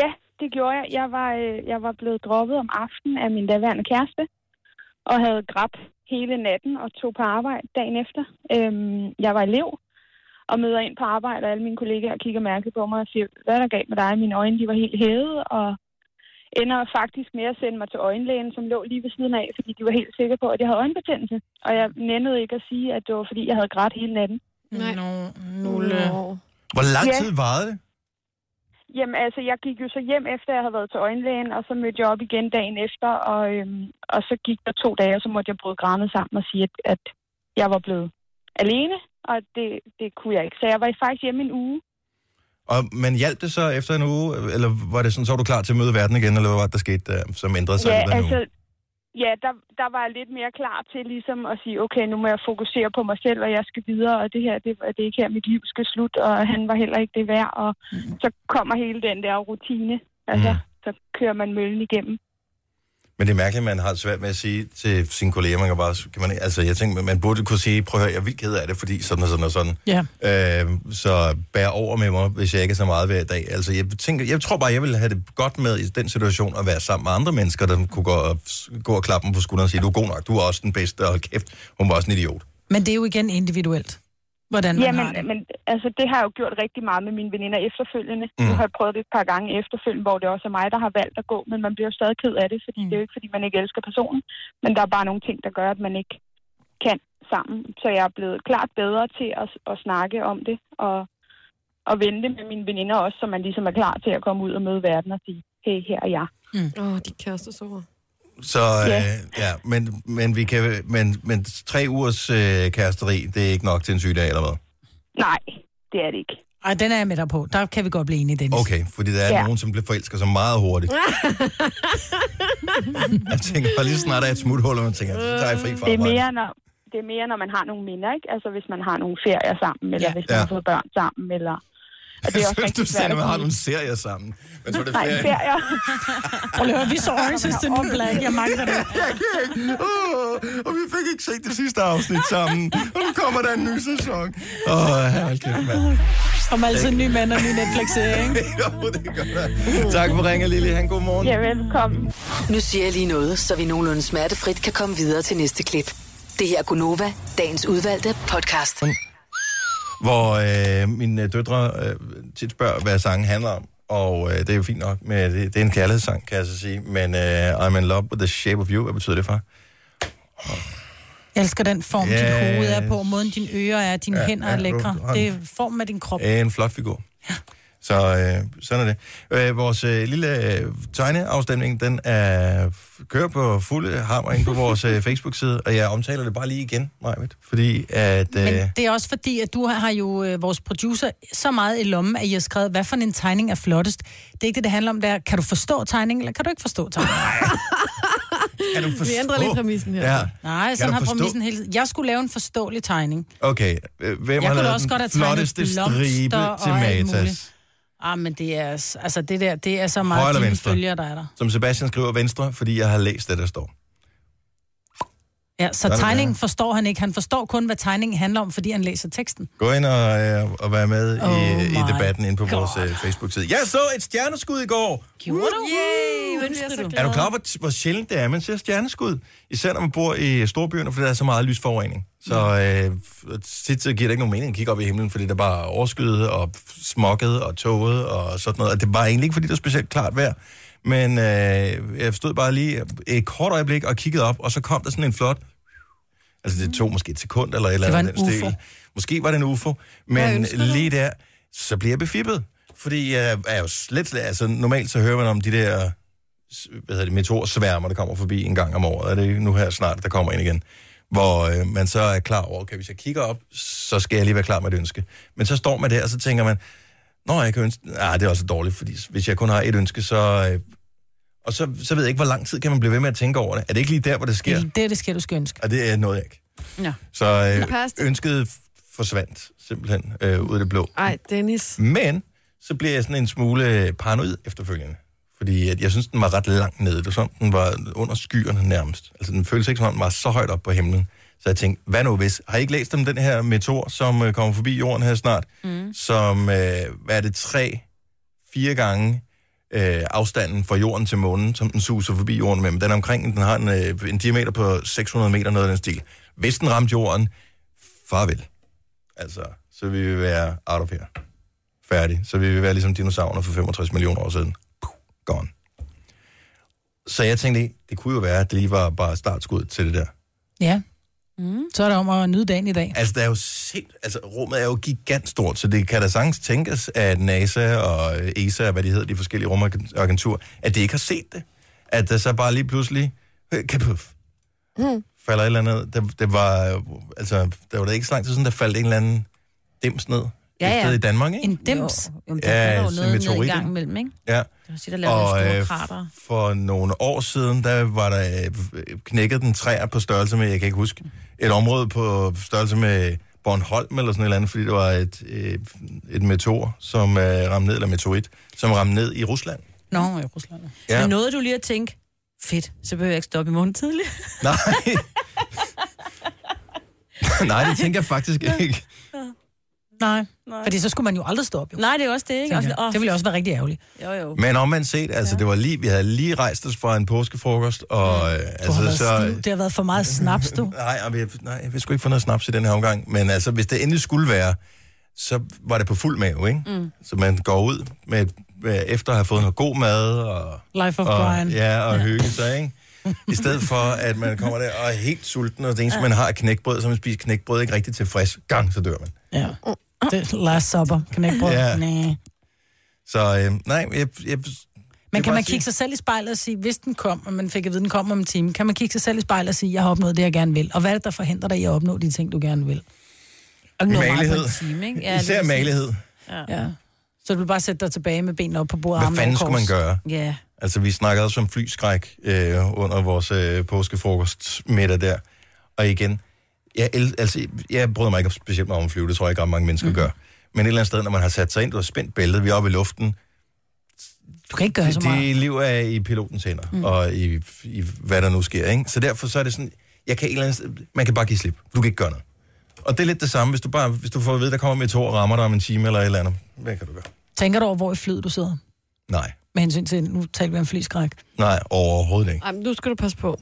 Ja, det gjorde jeg. Jeg var, øh, jeg var blevet droppet om aftenen af min daværende kæreste, og havde grædt hele natten og tog på arbejde dagen efter. Øhm, jeg var elev og møder ind på arbejde, og alle mine kollegaer kigger mærkeligt på mig og siger, hvad er der galt med dig? Mine øjne de var helt hævet, og ender faktisk med at sende mig til øjenlægen, som lå lige ved siden af, fordi de var helt sikre på, at jeg havde øjenbetændelse. Og jeg nændede ikke at sige, at det var, fordi jeg havde grædt hele natten. Nej. No, Nå. Hvor lang Ja. tid varede det? Jamen altså, jeg gik jo så hjem efter, jeg havde været til øjenlægen, og så mødte jeg op igen dagen efter, og, øhm, og så gik der to dage, og så måtte jeg bryde grænet sammen og sige, at, at jeg var blevet alene, og det, det kunne jeg ikke. Så jeg var faktisk hjemme en uge. Og, men hjalp det så efter en uge, eller var det sådan, så var du klar til at møde verden igen, eller hvad var det, der skete, der, som ændrede sig? i løbet af en altså, uge? ja der, der var jeg lidt mere klar til ligesom at sige, okay, nu må jeg fokusere på mig selv, og jeg skal videre, og det her, det, det er ikke her, mit liv skal slutte, og han var heller ikke det værd, og mm. så kommer hele den der rutine, altså, mm. så kører man møllen igennem. Men det er mærkeligt, at man har svært med at sige til sine kolleger, man kan bare, kan man, altså jeg tænker, man burde kunne sige, prøv at høre, jeg er vildt ked af det, fordi sådan og sådan og sådan. Ja. Øh, så bær over med mig, hvis jeg ikke er så meget hver dag. Altså jeg, tænker, jeg tror bare, jeg ville have det godt med i den situation at være sammen med andre mennesker, der kunne gå og, gå og klappe dem på skulderen og sige, du er god nok, du er også den bedste, og hold kæft, hun var også en idiot. Men det er jo igen individuelt, hvordan man ja, har men, men altså, det har jeg jo gjort rigtig meget med mine veninder efterfølgende. Mm. Nu har jeg prøvet det et par gange efterfølgende, hvor det også er mig, der har valgt at gå, men man bliver jo stadig ked af det, fordi mm. det er jo ikke, fordi man ikke elsker personen, men der er bare nogle ting, der gør, at man ikke kan sammen. Så jeg er blevet klart bedre til at, at snakke om det, og, og vente med mine veninder også, så man ligesom er klar til at komme ud og møde verden og sige, hey, her er jeg. Åh, mm. oh, de kærester så. Så øh, ja, men, men, vi kan, men, men tre ugers øh, kæresteri, det er ikke nok til en sygedag, eller hvad? Nej, det er det ikke. Ej, den er jeg med dig på. Der kan vi godt blive enige, Dennis. Okay, fordi der er ja. nogen, som bliver forelsket så meget *laughs* hurtigt. jeg tænker bare lige snart, der er et smuthul, og man tænker, så tager jeg fri fra Mm, det er arbejde. mere, når, det er mere, når man har nogle minder, ikke? Altså, hvis man har nogle ferier sammen, eller ja. hvis man Ja. har fået børn sammen, eller... Og Jeg synes, *laughs* du rigtig sagde, svært at man har sige. nogle serier sammen. Men så er det Nej, ferie. ferier. Prøv lige at høre, vi så Orange *laughs* is the New Black. Jeg mangler det. Jeg kan ikke. Åh, og vi fik ikke set det sidste afsnit sammen. Og nu kommer der en ny sæson. Åh, oh, hold kæft, mand. Som Altså, altid en ny mand og en ny Netflix-serie, *laughs* ikke? jo, det gør jeg. Tak for ringen, Lille. Han, god morgen. Ja, velkommen. Nu siger jeg lige noget, så vi nogenlunde smertefrit kan komme videre til næste klip. Det her er Gunova, dagens udvalgte podcast. Mm. Hvor øh, mine øh, døtre øh, tit spørger, hvad sangen handler om. Og øh, det er jo fint nok, men det, det er en kærlighedssang, kan jeg så sige. Men øh, I'm in love with the shape of you. Hvad betyder det for? Jeg elsker den form, yes. Yes. dit hoved er på, måden dine ører er, dine Ja, ja, hænder ja, er du- lækre. du har Det den. er formen af din krop. Øh, en flot figur. Så øh, sådan er det. Øh, vores øh, lille øh, tegneafstemning, den er f- kører på fulde hammer ind på vores øh, Facebook-side, og jeg omtaler det bare lige igen, Majvidt, fordi at... Øh, Men det er også fordi, at du har jo øh, vores producer så meget i lommen, at I har skrevet, hvad for en tegning er flottest. Det er ikke det, det handler om der. Kan du forstå tegningen, eller kan du ikke forstå tegningen? kan du forstå? ændrer lige præmissen her. Ja. Nej, Kan sådan du har forstå? præmissen hele tiden. Jeg skulle lave en forståelig tegning. Okay, øh, hvem Jeg har kunne lavet også godt have den tegnet flotteste blomster stribe og til alt Matas? muligt. Ah, men det er, s- altså det der, det er så meget Højre eller dine venstre? følger, der er der. Som Sebastian skriver venstre, fordi jeg har læst det, der står. Ja, så Sådan der. tegningen forstår han ikke. Han forstår kun, hvad tegningen handler om, fordi han læser teksten. Gå ind og, øh, og vær med oh i, i my debatten inde på God. vores øh, Facebook-side. Jeg så et stjerneskud i går! Gjorde du? Yay, ønsker du? Er du klar over, hvor- hvor sjældent det er, at man ser stjerneskud? Især når man bor i storbyerne, fordi der er så meget lysforurening. Så Mm. øh, f- tit så giver det ikke nogen mening at kigge op i himlen, fordi der bare er overskyet og smokket og toget og sådan noget. Og det var egentlig ikke, fordi det var specielt klart vejr. Men øh, jeg stod bare lige et kort øjeblik og kiggede op, og så kom der sådan en flot... Altså det tog måske et sekund eller et eller Det var andet. en i den UFO. Måske var det en UFO, Hvad men ønsker du? lige der, så bliver jeg befippet. Fordi jeg er jo slet, slet... Altså normalt så hører man om de der s- hvad hedder det, meteorsværmer, der kommer forbi en gang om året. Er det nu her snart, der kommer ind igen? Hvor øh, man så er klar over, okay, hvis jeg kigger op, så skal jeg lige være klar med et ønske. Men så står man der, og så tænker man, nå, jeg kan ønske... Ah, det er også dårligt, fordi hvis jeg kun har et ønske, så... Øh, og så, så ved jeg ikke, hvor lang tid kan man blive ved med at tænke over det. Er det ikke lige der, hvor det sker? Det er det, sker, du skal ønske. Og det er noget, jeg ikke. Ja. Så øh, Det passer. ønsket f- forsvandt simpelthen øh, ud af det blå. Ej, Dennis. Men så bliver jeg sådan en smule paranoid efterfølgende. Fordi at jeg synes, den var ret langt nede. Det var som, om, den var under skyerne nærmest. Altså, den føltes ikke, som om den var så højt op på himlen. Så jeg tænkte, hvad nu hvis? Har I ikke læst om den her meteor, som øh, kommer forbi jorden her snart? Mm. Som, øh, hvad er det, tre, fire gange øh, afstanden fra jorden til månen, som den suser forbi jorden med. Men den er omkring, den har en, øh, en diameter på 600 meter, noget af den stil. Hvis den ramte jorden, farvel. Altså, så vil vi være out of here færdig, så vi vil være ligesom dinosaurer for 65 millioner år siden. Puh, gone. Så jeg tænkte, det kunne jo være, at det lige var bare startskud til det der. Ja. Mm. Så er det om at nyde dagen i dag. Altså, der er jo sind... altså, rummet er jo gigantstort, så det kan da sagtens tænkes, at NASA og øh, ESA, og hvad de hedder, de forskellige rumagenturer, at de ikke har set det. At der så bare lige pludselig, øh, kapuff, Hmm. Mm. falder et eller andet... Der, der var, øh, altså, der var da ikke så lang tid siden, der faldt en eller anden dims ned ja, ja. et sted i Danmark, ikke? En dims. Jo, jo, men der Ja, ja, jo sådan noget ned i meteoritten. gang imellem, ikke? Ja. Det var sit, der lavede og, store øh, krater. for nogle år siden, der var der øh, knækket den træer på størrelse med, jeg kan ikke huske, et område på størrelse med Bornholm eller sådan et eller andet, fordi det var et, øh, et meteor, som øh, ramte ned, eller meteorit, som ramte ned i Rusland. *laughs* Nå, i Rusland. Ja. Ja. Men nåede du lige at tænke, fedt, så behøver jeg ikke stoppe i morgen tidlig. Nej. *laughs* Nej, det tænker jeg faktisk ikke. Nej. Nej. Fordi så skulle man jo aldrig stå op. Jo. Nej, det er også det, ikke? Også, det ville også være rigtig ærgerligt. Jo, jo. Men omvendt set, altså, ja. det var lige, vi havde lige rejst os fra en påskefrokost, og øh, Du altså, har været så... stiv. Det har været for meget snaps, du. Nej, og jeg, nej, jeg vil sgu ikke få noget snaps i den her omgang, men altså, hvis det endelig skulle være, så var det på fuld mave, ikke? Mm. Så man går ud med, med, efter at have fået noget god mad, og... Life of og, Brian. Ja, og hygge sig, ikke? I stedet for, at man kommer der og er helt sulten, og det eneste, man har er knækbrød, så man spiser knækbrød ikke rigtig tilfreds. Gang, så dør man. Ja. Mm. Det er last supper. Knækbrød. Ja. Ja. Nej. Så øh, nej, jeg, jeg, Men kan bare man sige- kigge sig selv i spejlet og sige, hvis den kom, og man fik at vide, den kom om en time, kan man kigge sig selv i spejlet og sige, jeg har opnået det, jeg gerne vil? Og hvad er det, der forhindrer dig i at opnå de ting, du gerne vil? Og nå meget på en Magelighed. time, ikke? ja, især malighed. Ja. ja. Så du vil bare sætte dig tilbage med benene op på bordet. Hvad armene fanden over skulle man kors. gøre? Ja. Altså, vi snakkede også om flyskræk øh, under vores øh, påskefrokostmiddag der. Og igen, jeg, el- altså, jeg bryder mig ikke specielt meget om at flyve, det tror jeg ikke ret mange mennesker Mhm. mm. gør. Men et eller andet sted, når man har sat sig ind, du har spændt bæltet, vi er oppe i luften. Du kan ikke gøre så det, meget. det liv er i pilotens hænder, mm. og i, i, hvad der nu sker. Ikke? Så derfor så er det sådan, jeg kan et eller andet sted, man kan bare give slip. Du kan ikke gøre noget. Og det er lidt det samme, hvis du, bare, hvis du får at vide, der kommer med to og rammer dig om en time eller et eller andet. Hvad kan du gøre? Tænker du over, hvor i flyet du sidder? Nej. Med hensyn til, nu taler vi om flyskræk. Nej, overhovedet ikke. Ej, men nu skal du passe på.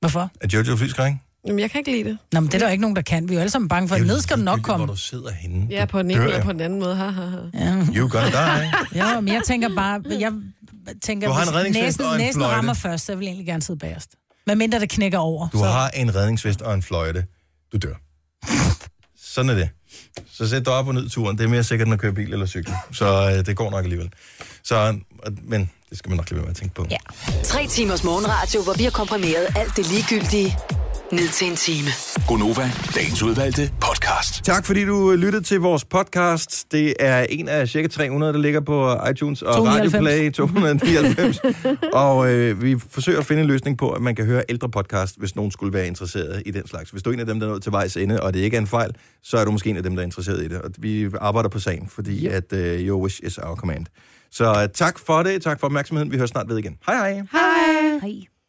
Hvorfor? Er Jojo flyskræk? Jamen, jeg kan ikke lide det. Nå, men det er der jo ikke nogen, der kan. Vi er jo alle sammen bange for, at ned skal du nok komme. Hvor du sidder henne. Ja, på den ene eller på den anden måde. Ha, ha, ha. Ja. You gonna *laughs* die. Ja, men jeg tænker bare, jeg tænker, Du har en hvis redningsvest næsen, og en næsen fløjte. rammer først, så jeg vil egentlig gerne sidde bagerst. Hvad mindre det knækker over. Du har en redningsvest og en fløjte. Du dør. Sådan er det. Så sæt dig op og nyd turen. Det er mere sikkert, end at køre bil eller cykel. Så øh, det går nok alligevel. Så, øh, men det skal man nok lade være med at tænke på. Ja. Tre timers morgenradio, hvor vi har komprimeret alt det ligegyldige ned til en time. Gonova, dagens udvalgte podcast. Tak fordi du øh, lyttede til vores podcast. Det er en af cirka 300, der ligger på øh, iTunes og 299. Radio Play *laughs* 299. og øh, vi forsøger at finde en løsning på, at man kan høre ældre podcast, hvis nogen skulle være interesseret i den slags. Hvis du er en af dem, der er nået til vejs ende, og det ikke er en fejl, så er du måske en af dem, der er interesseret i det. Og vi arbejder på sagen, fordi at øh, your wish is our command. Så øh, tak for det. Tak for opmærksomheden. Vi hører snart ved igen. Hej hej. Hej. Hej.